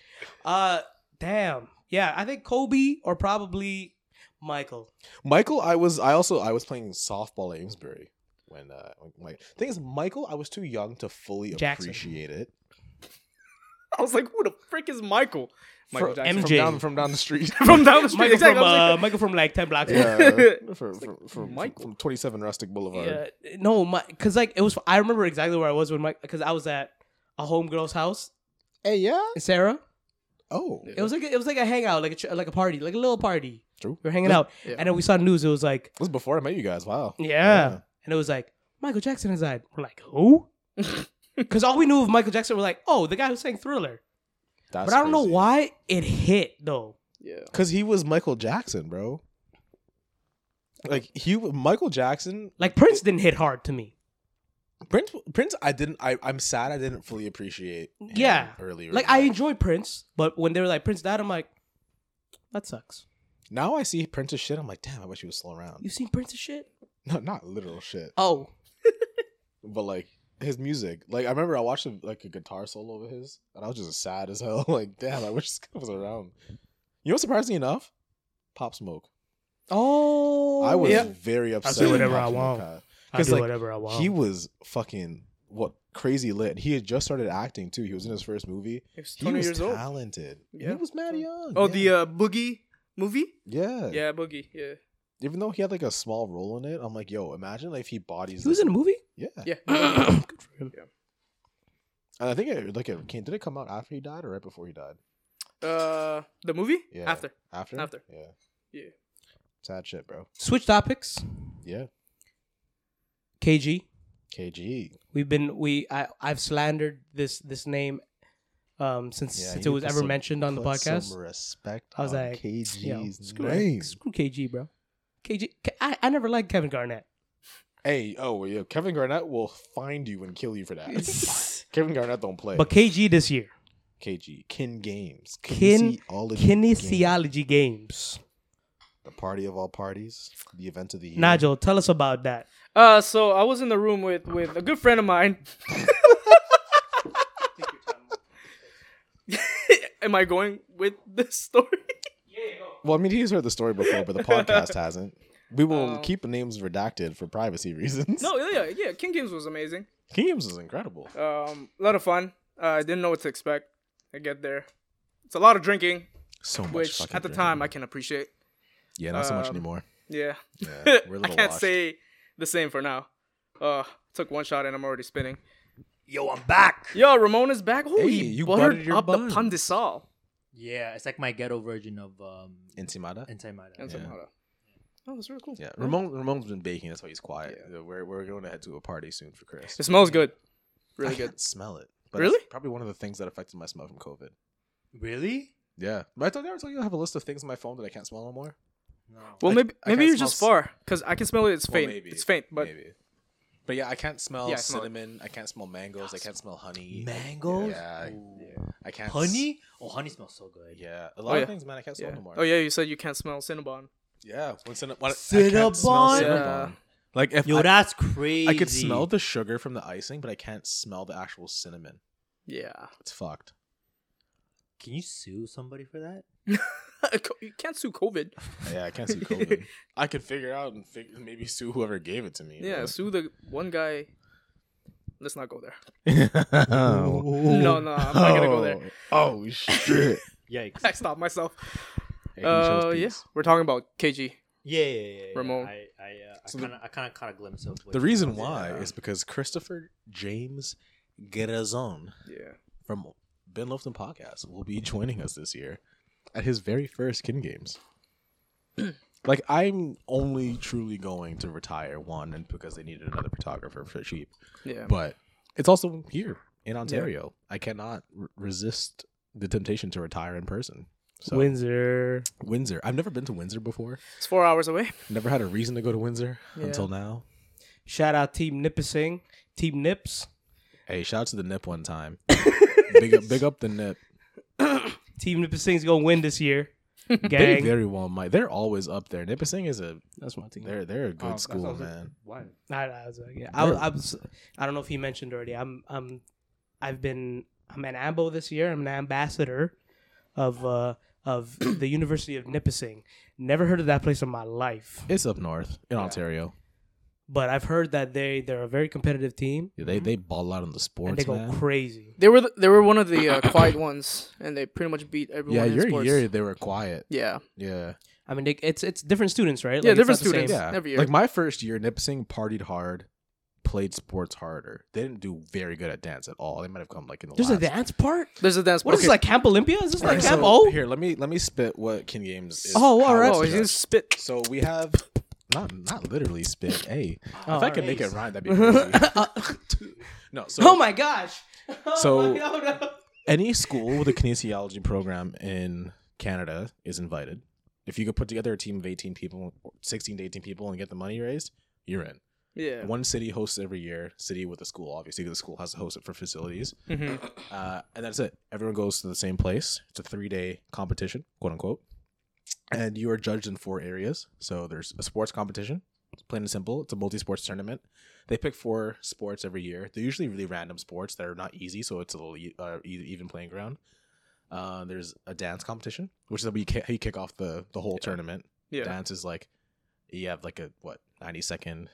[SPEAKER 2] [LAUGHS] uh, damn. Yeah, I think Kobe or probably Michael.
[SPEAKER 1] Michael, I was I also I was playing softball at Amesbury when uh when my thing is Michael, I was too young to fully
[SPEAKER 2] Jackson.
[SPEAKER 1] appreciate it.
[SPEAKER 2] [LAUGHS]
[SPEAKER 3] [LAUGHS] I was like, who the frick is Michael? Michael
[SPEAKER 1] From-
[SPEAKER 3] Jackson.
[SPEAKER 2] MJ.
[SPEAKER 1] From down from down the street.
[SPEAKER 3] [LAUGHS] From down the street.
[SPEAKER 2] Michael
[SPEAKER 3] exactly.
[SPEAKER 2] from
[SPEAKER 3] I was
[SPEAKER 2] uh,
[SPEAKER 3] like,
[SPEAKER 2] Michael from like ten blocks. away.
[SPEAKER 1] yeah, from, from, from,
[SPEAKER 3] Michael.
[SPEAKER 1] from 27 Rustic Boulevard.
[SPEAKER 2] Yeah, no, my because like it was. I remember exactly where I was when Mike because I was at a homegirl's house,
[SPEAKER 1] Hey, yeah.
[SPEAKER 2] Sarah.
[SPEAKER 1] Oh,
[SPEAKER 3] uh,
[SPEAKER 2] It was like it was like a hangout, like a ch- like a party, like a little party.
[SPEAKER 1] True.
[SPEAKER 2] We were hanging out, and then we saw news. It was like
[SPEAKER 1] This was before I met you guys. Wow.
[SPEAKER 2] Yeah.
[SPEAKER 1] Yeah.
[SPEAKER 2] And it was like, Michael Jackson has died. We're like,
[SPEAKER 1] [LAUGHS]
[SPEAKER 2] who? Because all we knew of Michael Jackson was like, oh, the guy who sang Thriller.
[SPEAKER 1] That's
[SPEAKER 2] but I don't know why it hit, though.
[SPEAKER 3] yeah.
[SPEAKER 1] Because he was Michael Jackson, bro. Like he, Michael Jackson,
[SPEAKER 2] Like, Prince didn't hit hard to me.
[SPEAKER 1] Prince. Prince, I didn't. I, I'm sad I didn't fully appreciate. him
[SPEAKER 2] Yeah.
[SPEAKER 1] earlier.
[SPEAKER 2] Like,
[SPEAKER 1] in
[SPEAKER 2] I
[SPEAKER 1] life.
[SPEAKER 2] enjoy Prince, but when they were like, Prince died, I'm like, that sucks.
[SPEAKER 1] now I see Prince's shit. I'm like, damn, I wish he was still around.
[SPEAKER 2] You seen Prince's shit?
[SPEAKER 1] No, not literal shit,
[SPEAKER 2] Oh.
[SPEAKER 1] but like his music. Like I remember I watched a, like a guitar solo of his, and I was just sad as [LAUGHS] hell. Like, damn, I wish this guy was around. You know, surprisingly enough, Pop Smoke.
[SPEAKER 2] Oh.
[SPEAKER 1] I was
[SPEAKER 3] Yeah.
[SPEAKER 1] very upset.
[SPEAKER 2] do
[SPEAKER 1] when
[SPEAKER 2] whatever
[SPEAKER 1] Pop
[SPEAKER 2] I
[SPEAKER 1] Smoke
[SPEAKER 2] want.
[SPEAKER 1] passed.
[SPEAKER 2] I
[SPEAKER 1] 'Cause,
[SPEAKER 2] do
[SPEAKER 1] like,
[SPEAKER 2] whatever I want.
[SPEAKER 1] He was fucking what crazy lit. He had just started acting too. He was in his first movie.
[SPEAKER 3] He was
[SPEAKER 1] He
[SPEAKER 3] 20
[SPEAKER 1] was
[SPEAKER 3] years old.
[SPEAKER 1] talented.
[SPEAKER 3] Yeah.
[SPEAKER 1] He was mad young.
[SPEAKER 3] Oh,
[SPEAKER 1] yeah.
[SPEAKER 3] the uh, Boogie movie?
[SPEAKER 1] yeah.
[SPEAKER 3] Yeah, Boogie. Yeah.
[SPEAKER 1] Even though he had like a small role in it, I'm like, yo, imagine like if he bodies.
[SPEAKER 2] he was in a movie?
[SPEAKER 1] Yeah.
[SPEAKER 3] Yeah.
[SPEAKER 2] Good for him.
[SPEAKER 1] And I think it like it came. Did it come out after he died or right before he died?
[SPEAKER 3] [COUGHS] Uh, the movie?
[SPEAKER 1] Yeah.
[SPEAKER 3] After.
[SPEAKER 1] After.
[SPEAKER 3] After.
[SPEAKER 1] Yeah.
[SPEAKER 3] Yeah.
[SPEAKER 1] Sad shit, bro.
[SPEAKER 2] Switch topics.
[SPEAKER 1] Yeah.
[SPEAKER 2] KG.
[SPEAKER 1] KG.
[SPEAKER 2] We've been we I I've slandered this this name um since
[SPEAKER 1] Yeah.
[SPEAKER 2] since
[SPEAKER 1] you
[SPEAKER 2] it was
[SPEAKER 1] put
[SPEAKER 2] ever
[SPEAKER 1] some-
[SPEAKER 2] mentioned on the
[SPEAKER 1] put
[SPEAKER 2] podcast.
[SPEAKER 1] Some respect.
[SPEAKER 2] I was
[SPEAKER 1] on
[SPEAKER 2] like, yo,
[SPEAKER 1] KG's
[SPEAKER 2] screw,
[SPEAKER 1] name.
[SPEAKER 2] screw KG, bro. KG, K- I, I never liked Kevin Garnett.
[SPEAKER 1] Hey, oh yeah, Kevin Garnett will find you and kill you for that. [LAUGHS] Kevin Garnett don't play.
[SPEAKER 2] But KG this year,
[SPEAKER 1] KG, Kin Games,
[SPEAKER 2] Kin-
[SPEAKER 1] Kinesiology Games,
[SPEAKER 2] kinesiology games.
[SPEAKER 1] the party of all parties, the event of the year.
[SPEAKER 2] Nigel, tell us about that.
[SPEAKER 3] Uh, so I was in the room with with a good friend of mine. [LAUGHS] Am I going with this story? [LAUGHS]
[SPEAKER 1] Well, I mean, he's heard the story before, [LAUGHS] but the podcast hasn't. We will keep names redacted for privacy reasons.
[SPEAKER 3] No, yeah, yeah. King Games was amazing.
[SPEAKER 1] King Games is incredible.
[SPEAKER 3] Um, a lot of fun. Uh, I didn't know what to expect. I get there. It's a lot of drinking,
[SPEAKER 1] So much.
[SPEAKER 3] which
[SPEAKER 1] fucking
[SPEAKER 3] at the
[SPEAKER 1] drinking.
[SPEAKER 3] time I can appreciate.
[SPEAKER 1] yeah, not so much
[SPEAKER 3] um,
[SPEAKER 1] anymore.
[SPEAKER 3] Yeah,
[SPEAKER 1] Yeah, [LAUGHS] we're a
[SPEAKER 3] I
[SPEAKER 1] little
[SPEAKER 3] can't
[SPEAKER 1] washed.
[SPEAKER 3] say the same for now. Uh, took one shot and I'm already spinning.
[SPEAKER 4] Yo, I'm back.
[SPEAKER 3] Yo, Ramon is back. Oh,
[SPEAKER 1] Hey,
[SPEAKER 3] he
[SPEAKER 1] you
[SPEAKER 3] buttered,
[SPEAKER 1] buttered your
[SPEAKER 3] up
[SPEAKER 1] bun.
[SPEAKER 3] the pandesal.
[SPEAKER 4] Yeah, it's like my ghetto version of um
[SPEAKER 1] Intimada.
[SPEAKER 4] Ensaimada.
[SPEAKER 3] And some other. Oh, that's really cool.
[SPEAKER 1] Yeah, Ramon. Ramon's been baking. That's why he's quiet. We're we're going to head to a party soon for Chris.
[SPEAKER 3] It smells good.
[SPEAKER 1] [LAUGHS] I
[SPEAKER 3] Really good.
[SPEAKER 1] can't smell it.
[SPEAKER 3] Really?
[SPEAKER 1] it's Probably one of the things that affected my smell from COVID.
[SPEAKER 4] Really?
[SPEAKER 1] Yeah. But I thought I ever told you I have a list of things on my phone that I can't smell no more.
[SPEAKER 4] No.
[SPEAKER 3] Well,
[SPEAKER 1] I-
[SPEAKER 3] maybe
[SPEAKER 1] I
[SPEAKER 3] maybe
[SPEAKER 1] can't
[SPEAKER 3] you're
[SPEAKER 1] smell
[SPEAKER 3] just
[SPEAKER 1] s-
[SPEAKER 3] far because I can smell it. It's
[SPEAKER 1] Well,
[SPEAKER 3] faint.
[SPEAKER 1] maybe.
[SPEAKER 3] It's faint, but
[SPEAKER 1] Maybe. But yeah, I can't smell
[SPEAKER 3] Yeah, I smell it.
[SPEAKER 1] cinnamon. I can't smell mangoes. I can't smell honey.
[SPEAKER 4] Mangoes?
[SPEAKER 1] Yeah.
[SPEAKER 4] Ooh.
[SPEAKER 1] I can't s-
[SPEAKER 4] Honey? Oh, honey smells so good.
[SPEAKER 1] Yeah, a lot of
[SPEAKER 3] Oh, yeah.
[SPEAKER 1] things, man. I can't smell
[SPEAKER 3] Yeah.
[SPEAKER 1] no more.
[SPEAKER 3] Oh yeah, you said you can't smell Cinnabon.
[SPEAKER 1] yeah. When cinna- when I- I can't smell
[SPEAKER 4] Cinnabon?
[SPEAKER 3] Yeah.
[SPEAKER 1] Cinnabon. Like if
[SPEAKER 4] Yo,
[SPEAKER 1] I,
[SPEAKER 4] that's crazy.
[SPEAKER 1] I could smell the sugar from the icing, but I can't smell the actual cinnamon.
[SPEAKER 3] Yeah, [LAUGHS]
[SPEAKER 1] It's fucked.
[SPEAKER 4] Can you sue somebody for that?
[SPEAKER 3] Co- you can't sue COVID.
[SPEAKER 1] Yeah, I can't see COVID. [LAUGHS] I could figure out and fig- maybe sue whoever gave it to me. [LAUGHS]
[SPEAKER 3] Yeah, sue the one guy. Let's not go there.
[SPEAKER 1] but-
[SPEAKER 3] No, no, I'm not gonna go there.
[SPEAKER 1] [LAUGHS] Oh
[SPEAKER 3] [LAUGHS]
[SPEAKER 1] shit!
[SPEAKER 4] Yikes.
[SPEAKER 3] I stopped myself.
[SPEAKER 1] Hey,
[SPEAKER 3] Uh, yeah, we're talking about KG.
[SPEAKER 4] Yeah, yeah, yeah. yeah.
[SPEAKER 3] Ramon.
[SPEAKER 4] I, I, uh,
[SPEAKER 1] So
[SPEAKER 4] I
[SPEAKER 1] the-
[SPEAKER 4] kind of, I kind of caught a glimpse of what
[SPEAKER 1] The
[SPEAKER 4] you uh,
[SPEAKER 1] reason
[SPEAKER 4] said.
[SPEAKER 1] why
[SPEAKER 4] Yeah.
[SPEAKER 1] is because Christopher James Garazon
[SPEAKER 3] Yeah,
[SPEAKER 1] from Ben Lofton Podcast will be joining us this year at his very first Kin Games. [CLEARS THROAT] like I'm only truly going to retire one and because they needed another photographer for cheap,
[SPEAKER 3] yeah.
[SPEAKER 1] but it's also here in Ontario. I cannot r- resist the temptation to retire in person. So
[SPEAKER 2] Windsor.
[SPEAKER 1] Windsor, I've never been to Windsor before.
[SPEAKER 3] It's four hours away.
[SPEAKER 1] Never had a reason to go to Windsor
[SPEAKER 3] Yeah.
[SPEAKER 1] until now.
[SPEAKER 2] Shout out Team Nipissing. Team Nips.
[SPEAKER 1] Hey, shout out to the Nip one time. big up, big up the Nip.
[SPEAKER 2] Team Nipissing's gonna win this year.
[SPEAKER 1] They
[SPEAKER 2] Gang.
[SPEAKER 1] very well might. They're always up there. Nipissing is a
[SPEAKER 2] That's my team.
[SPEAKER 1] They're they're a
[SPEAKER 5] Oh,
[SPEAKER 1] good
[SPEAKER 5] that
[SPEAKER 1] school,
[SPEAKER 5] sounds like-
[SPEAKER 1] man.
[SPEAKER 5] Why?
[SPEAKER 2] I, I was like, yeah. I, was- I was. I don't know if he mentioned already. I'm. I'm. I've been. I'm an AMBO this year. I'm an ambassador of uh, of [COUGHS] the University of Nipissing. Never heard of that place in my life,
[SPEAKER 1] It's up north in Ontario.
[SPEAKER 2] but I've heard that they they're a very competitive team
[SPEAKER 1] Yeah, they they ball out on the
[SPEAKER 2] and they
[SPEAKER 1] sports,
[SPEAKER 2] go
[SPEAKER 1] man.
[SPEAKER 2] crazy.
[SPEAKER 3] They were the, they were one of the uh, quiet ones, and they pretty much beat
[SPEAKER 1] yeah,
[SPEAKER 3] everyone. in
[SPEAKER 1] year
[SPEAKER 3] sports.
[SPEAKER 1] year they were quiet.
[SPEAKER 3] Yeah,
[SPEAKER 1] Yeah,
[SPEAKER 2] I mean, they, it's it's different students, right?
[SPEAKER 3] Yeah,
[SPEAKER 2] it's not
[SPEAKER 3] different
[SPEAKER 2] the same.
[SPEAKER 3] students.
[SPEAKER 1] yeah.
[SPEAKER 3] every year.
[SPEAKER 1] Like my first year, Nipissing partied hard, played sports harder. They didn't do very good at dance at all. They might have come like in the
[SPEAKER 2] There's a
[SPEAKER 1] last.
[SPEAKER 2] dance part.
[SPEAKER 3] there's a dance.
[SPEAKER 2] What is this
[SPEAKER 3] okay.
[SPEAKER 2] like Camp Olympia? Is this
[SPEAKER 1] All right,
[SPEAKER 2] like Camp
[SPEAKER 1] so
[SPEAKER 2] [LAUGHS] O?
[SPEAKER 1] Here, let me let me spit what Kin Games is.
[SPEAKER 2] Oh, all
[SPEAKER 1] how
[SPEAKER 2] right.
[SPEAKER 1] it's
[SPEAKER 3] Oh, he's gonna
[SPEAKER 1] judged.
[SPEAKER 3] spit.
[SPEAKER 1] So we have not not literally spit. Hey,
[SPEAKER 2] Oh,
[SPEAKER 1] if I
[SPEAKER 2] all
[SPEAKER 1] can
[SPEAKER 2] right.
[SPEAKER 1] make it rhyme,
[SPEAKER 2] [LAUGHS]
[SPEAKER 1] that'd be crazy. no, so
[SPEAKER 2] oh my gosh! [LAUGHS] Oh
[SPEAKER 1] So-
[SPEAKER 2] my God.
[SPEAKER 1] any school with a kinesiology program in Canada is invited. If you could put together a team of 18 people, 16 to 18 people, and get the money raised, you're in.
[SPEAKER 3] Yeah.
[SPEAKER 1] One city hosts every year, city with a school, obviously, because the school has to host it for facilities.
[SPEAKER 3] hmm
[SPEAKER 1] Uh, and that's it. Everyone goes to the same place. It's a three day competition, quote unquote. And you are judged in four areas. So there's a sports competition, it's plain and simple. It's a multi sports tournament. They pick four sports every year. They're usually really random sports that are not easy, so it's a little e- uh, e- even playing ground. Uh, there's a dance competition, which is how you, ki- how you kick off the, the whole tournament.
[SPEAKER 3] Yeah.
[SPEAKER 1] Dance is like, you have like a, what, 90 second,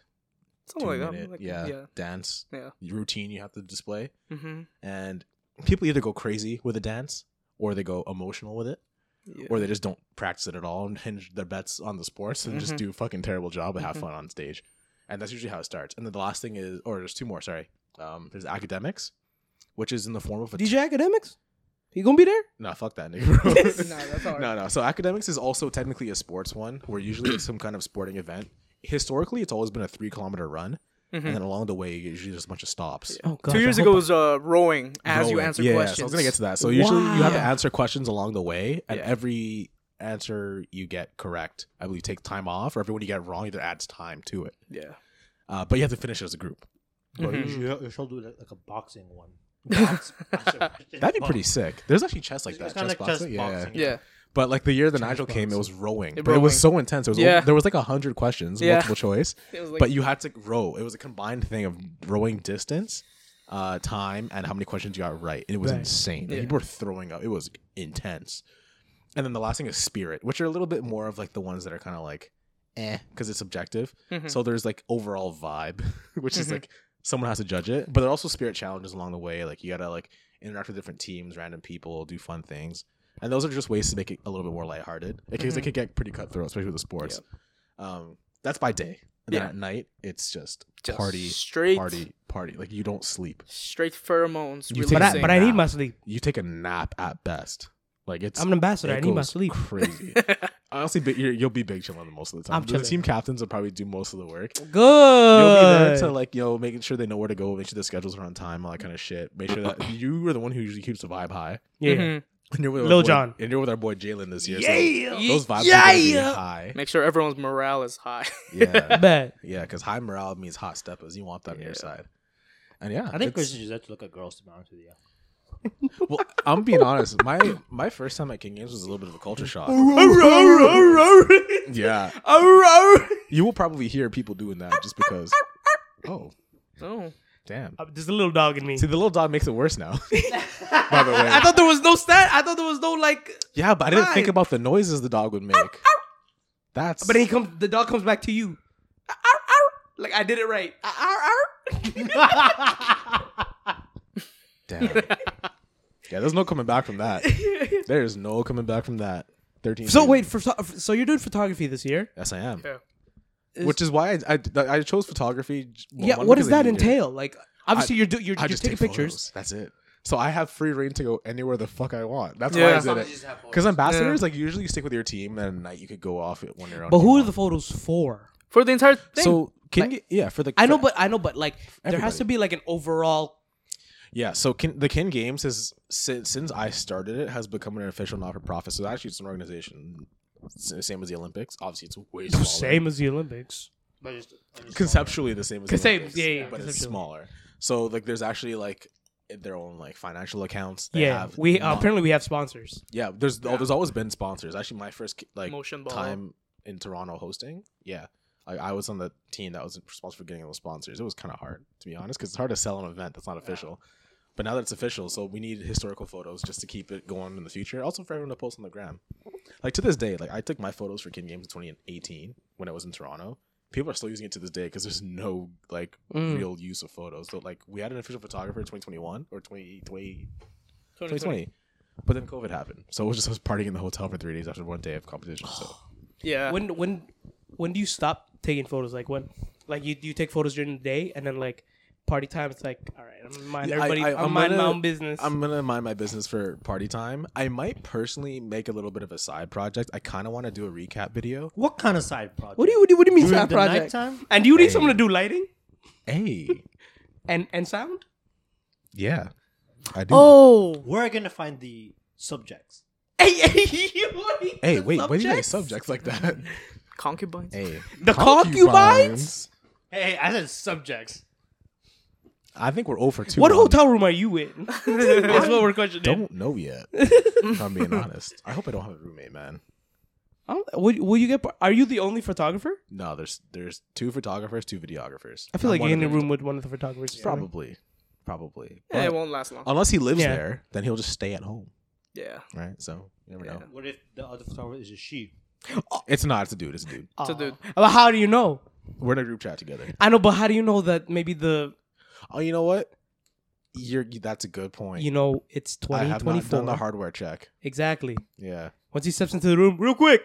[SPEAKER 1] two
[SPEAKER 3] Something like that.
[SPEAKER 1] minute,
[SPEAKER 3] Oh Like,
[SPEAKER 1] yeah,
[SPEAKER 3] Yeah.
[SPEAKER 1] dance
[SPEAKER 3] Yeah.
[SPEAKER 1] routine you have to display
[SPEAKER 3] Mm-hmm.
[SPEAKER 1] and people either go crazy with a dance or they go emotional with it
[SPEAKER 3] yeah.
[SPEAKER 1] or they just don't practice it at all and hinge their bets on the sports and just
[SPEAKER 3] Mhm.
[SPEAKER 1] do a fucking terrible job and have
[SPEAKER 3] Mhm.
[SPEAKER 1] fun on stage and that's usually how it starts and then the last thing is or there's two more sorry um there's academics which is in the form of a
[SPEAKER 2] DJ Academics, you gonna be there?
[SPEAKER 1] no fuck that nigga bro.
[SPEAKER 3] [LAUGHS] [LAUGHS]
[SPEAKER 1] [LAUGHS]
[SPEAKER 3] Nah, that's all right.
[SPEAKER 1] No, no. So academics is also technically a sports one, where usually it's some kind of sporting event. Historically, it's always been a three-kilometer run,
[SPEAKER 3] Mhm.
[SPEAKER 1] and [LAUGHS] then along the way, usually just a bunch of stops.
[SPEAKER 3] Yeah.
[SPEAKER 2] Oh God!
[SPEAKER 3] Two
[SPEAKER 2] I
[SPEAKER 3] years
[SPEAKER 2] hope
[SPEAKER 3] ago was uh, rowing as you
[SPEAKER 1] Growing.
[SPEAKER 3] answer
[SPEAKER 1] yeah,
[SPEAKER 3] questions.
[SPEAKER 1] So I was gonna get to that. So usually you have to
[SPEAKER 2] Wow.
[SPEAKER 1] answer questions along the way, and
[SPEAKER 3] Yeah.
[SPEAKER 1] every answer you get correct, I believe, takes time off, or everyone you get wrong either adds time to it.
[SPEAKER 3] Yeah.
[SPEAKER 1] Uh, but you have to finish it as a group.
[SPEAKER 4] Bro, you
[SPEAKER 3] Mhm.
[SPEAKER 4] [LAUGHS] should, you should do like, like a boxing one. [LAUGHS] Box- [LAUGHS]
[SPEAKER 1] That'd be pretty sick. There's actually chess like that.
[SPEAKER 4] It's
[SPEAKER 1] Chess
[SPEAKER 4] kinda like chess
[SPEAKER 1] boxing? Yeah.
[SPEAKER 4] boxing.
[SPEAKER 3] Yeah.
[SPEAKER 1] But like the year that Nigel came, it was rowing.
[SPEAKER 3] It
[SPEAKER 1] But it
[SPEAKER 3] rowing.
[SPEAKER 1] was so intense. It was
[SPEAKER 3] Yeah.
[SPEAKER 1] there was like a hundred questions,
[SPEAKER 3] Yeah.
[SPEAKER 1] multiple choice.
[SPEAKER 3] It was like,
[SPEAKER 1] but you had to row. It was a combined thing of rowing distance, uh, time, and how many questions you got right. It was
[SPEAKER 2] Right.
[SPEAKER 1] insane. Like,
[SPEAKER 3] Yeah.
[SPEAKER 1] People were throwing up. It was intense. And then the last thing is spirit, which are a little bit more of like the ones that are kind of like, eh, because it's subjective.
[SPEAKER 2] Mm-hmm.
[SPEAKER 3] Mhm.
[SPEAKER 1] So there's like overall vibe, [LAUGHS] which is
[SPEAKER 3] Mhm.
[SPEAKER 1] like someone has to judge it. But there are also spirit challenges along the way. Like you gotta like interact with different teams, random people, do fun things. And those are just ways to make it a little bit more lighthearted because
[SPEAKER 2] Mm-hmm.
[SPEAKER 1] it
[SPEAKER 3] Mhm.
[SPEAKER 1] could get pretty cutthroat, especially with the sports. Um, that's by day. And then
[SPEAKER 3] Yeah.
[SPEAKER 1] at night, it's just,
[SPEAKER 3] just
[SPEAKER 1] party,
[SPEAKER 3] straight,
[SPEAKER 1] party, party. Like you don't sleep.
[SPEAKER 3] straight pheromones.
[SPEAKER 1] You take-
[SPEAKER 2] But I,
[SPEAKER 1] Same
[SPEAKER 2] but I need
[SPEAKER 1] now.
[SPEAKER 2] my sleep.
[SPEAKER 1] You take a nap at best. Like it's.
[SPEAKER 2] I'm an ambassador.
[SPEAKER 1] it
[SPEAKER 2] I need my
[SPEAKER 1] goes
[SPEAKER 2] sleep. [LAUGHS]
[SPEAKER 1] Crazy. Honestly, but you're, you'll be big chilling most of the time.
[SPEAKER 2] I'm
[SPEAKER 1] the
[SPEAKER 2] chilling.
[SPEAKER 1] team captains will probably do most of the work. You'll be there
[SPEAKER 2] Good.
[SPEAKER 1] to like, you know, making sure they know where
[SPEAKER 2] [COUGHS]
[SPEAKER 1] to go, make sure the schedules are on time, all that kind of shit. Make sure that you are the one who usually keeps the vibe high. [LAUGHS]
[SPEAKER 2] yeah.
[SPEAKER 3] Mhm.
[SPEAKER 1] And you're with our
[SPEAKER 2] Lil
[SPEAKER 1] boy-
[SPEAKER 2] Jon.
[SPEAKER 1] And you're with our boy Jalen this year.
[SPEAKER 4] Yeah.
[SPEAKER 1] So those vibes are gonna be high.
[SPEAKER 3] Make sure everyone's morale is high.
[SPEAKER 2] [LAUGHS]
[SPEAKER 3] [LAUGHS]
[SPEAKER 1] Yeah.
[SPEAKER 2] Bet.
[SPEAKER 1] yeah, because high morale means hot steppers. You want that on your side. And yeah,
[SPEAKER 4] I think
[SPEAKER 1] it's-
[SPEAKER 4] Christian Gisette look at girls to be honest with you.
[SPEAKER 2] [LAUGHS]
[SPEAKER 1] well, I'm being honest. My my first time at King James was a little bit of a culture
[SPEAKER 2] [LAUGHS]
[SPEAKER 1] shock. yeah, you will probably hear people doing that just
[SPEAKER 2] [LAUGHS]
[SPEAKER 1] because. Oh,
[SPEAKER 3] Oh,
[SPEAKER 1] damn!
[SPEAKER 2] Uh, There's a little dog in me.
[SPEAKER 1] See, the little dog makes it worse
[SPEAKER 2] [LAUGHS]
[SPEAKER 1] now. By the way,
[SPEAKER 2] I thought there was no stat. I thought there was no like.
[SPEAKER 1] yeah, but I didn't think
[SPEAKER 2] Right.
[SPEAKER 1] about the noises the dog would make. That's
[SPEAKER 2] But then he comes. The dog comes back to you. Ow, ow, ow. Like I did it right. Ow, ow, ow.
[SPEAKER 1] damn. Yeah, there's no coming back from
[SPEAKER 2] [LAUGHS]
[SPEAKER 1] that. There is no coming back from that. Thirteen.
[SPEAKER 2] so
[SPEAKER 1] seasons.
[SPEAKER 2] wait, for so you're doing photography this year?
[SPEAKER 1] Yes, I am.
[SPEAKER 3] Yeah.
[SPEAKER 1] Which is why I, I, I chose photography. j- well,
[SPEAKER 2] yeah.
[SPEAKER 1] one,
[SPEAKER 2] What
[SPEAKER 1] because
[SPEAKER 2] does
[SPEAKER 1] I
[SPEAKER 2] that
[SPEAKER 1] needed it.
[SPEAKER 2] entail? Like obviously you're do, you're,
[SPEAKER 1] I
[SPEAKER 2] you're
[SPEAKER 1] just
[SPEAKER 2] taking
[SPEAKER 1] take photos.
[SPEAKER 2] pictures.
[SPEAKER 1] That's it. So I have free reign to go anywhere the fuck I want. That's
[SPEAKER 3] Yeah.
[SPEAKER 1] why I did it. Because ambassadors, like usually you stick with your team, then at night you could go off it when you're on.
[SPEAKER 2] But
[SPEAKER 1] your
[SPEAKER 2] who are
[SPEAKER 1] own.
[SPEAKER 2] the photos for?
[SPEAKER 3] for the entire thing.
[SPEAKER 1] so can you yeah for the
[SPEAKER 2] I know,
[SPEAKER 1] for-
[SPEAKER 2] but I know, but like there has
[SPEAKER 1] Everybody.
[SPEAKER 2] to be like an overall.
[SPEAKER 1] yeah so kin, the kin games has since, since i started it has become an official not-for-profit so actually it's an organization S- same as the olympics obviously it's way smaller
[SPEAKER 2] as the Olympics.
[SPEAKER 1] conceptually the same as the
[SPEAKER 2] Same,
[SPEAKER 1] Olympics,
[SPEAKER 2] yeah, yeah,
[SPEAKER 1] but it's
[SPEAKER 2] conceptually.
[SPEAKER 1] smaller so like there's actually like their own like financial accounts they
[SPEAKER 2] Yeah,
[SPEAKER 1] have
[SPEAKER 2] we uh,
[SPEAKER 1] non-
[SPEAKER 2] apparently we have sponsors.
[SPEAKER 1] Yeah, there's there's always been sponsors. Actually, my first like
[SPEAKER 3] Motion ball.
[SPEAKER 1] time in Toronto hosting, yeah, like I was on the team that was responsible for getting those sponsors. It was kind of hard to be honest because it's hard to sell an event that's not official. But now that it's official, so we need historical photos just to keep it going in the future. Also for everyone to post on the gram. Like to this day, like I took my photos for Kin Games in 2018 when I was in Toronto. People are still using it to this day because there's no like
[SPEAKER 2] Mm.
[SPEAKER 1] real use of photos. So like we had an official photographer in 2021 or 2020. 2020. But then COVID happened. So it was just us partying in the hotel for three days after one day of competition. So
[SPEAKER 3] Yeah.
[SPEAKER 2] When when when do you stop taking photos? Like when, like you you take photos during the day and then like party time. It's like all right, I'm gonna mind
[SPEAKER 1] Yeah, I-
[SPEAKER 2] everybody. I,
[SPEAKER 1] I-
[SPEAKER 2] am
[SPEAKER 1] I'm
[SPEAKER 2] mind my
[SPEAKER 1] gonna-
[SPEAKER 2] own business.
[SPEAKER 1] I'm going to mind my business for party time. I might personally make a little bit of a side project. I kind of want to do a recap video.
[SPEAKER 4] What kind of side project?
[SPEAKER 2] what do you what do you, what do you mean
[SPEAKER 4] During
[SPEAKER 2] side
[SPEAKER 4] the
[SPEAKER 2] project?
[SPEAKER 4] nighttime?
[SPEAKER 2] And do you need someone to do lighting
[SPEAKER 1] Hey.
[SPEAKER 2] and and sound?
[SPEAKER 1] yeah. I do.
[SPEAKER 2] Oh,
[SPEAKER 4] Where are you gonna find the subjects?
[SPEAKER 2] hey, [LAUGHS] hey, you- what do you-
[SPEAKER 1] Hey,
[SPEAKER 2] the
[SPEAKER 1] wait, why do you say
[SPEAKER 2] subjects?
[SPEAKER 1] subjects like that?
[SPEAKER 3] concubines.
[SPEAKER 1] hey.
[SPEAKER 2] The concubines?
[SPEAKER 4] Hey, I said subjects.
[SPEAKER 1] I think we're over 2.
[SPEAKER 2] What
[SPEAKER 1] on-
[SPEAKER 2] hotel room are you in?
[SPEAKER 3] [LAUGHS]
[SPEAKER 2] That's what we're questioning.
[SPEAKER 1] Don't know yet. if I'm being honest. I hope I don't have a roommate, man.
[SPEAKER 2] [LAUGHS] I don't- Will, will you get? par- Are you the only photographer?
[SPEAKER 1] No, there's there's two photographers, two videographers.
[SPEAKER 2] I feel
[SPEAKER 1] I'm
[SPEAKER 2] like
[SPEAKER 1] one
[SPEAKER 2] you're in
[SPEAKER 1] of
[SPEAKER 2] a
[SPEAKER 1] the-
[SPEAKER 2] room with one of the photographers. or something.
[SPEAKER 1] Probably. Probably.
[SPEAKER 3] Yeah,
[SPEAKER 1] But-
[SPEAKER 3] it won't last long.
[SPEAKER 1] Unless he lives
[SPEAKER 2] Yeah.
[SPEAKER 1] there, then he'll just stay at home,
[SPEAKER 3] yeah.
[SPEAKER 1] right? So you never know.
[SPEAKER 4] What if the other photographer is a she?
[SPEAKER 1] It's not. It's a dude. It's a dude.
[SPEAKER 3] It's a dude.
[SPEAKER 2] But how do you know?
[SPEAKER 1] We're in a group chat together.
[SPEAKER 2] I know, but how do you know that maybe the
[SPEAKER 1] Oh, you know what? You're. That's a good point.
[SPEAKER 2] you know it's
[SPEAKER 1] I
[SPEAKER 2] twenty
[SPEAKER 1] have
[SPEAKER 2] twenty
[SPEAKER 1] not done the
[SPEAKER 2] four
[SPEAKER 1] hardware check.
[SPEAKER 2] exactly?
[SPEAKER 1] Yeah,
[SPEAKER 2] Once he steps into the room, real quick,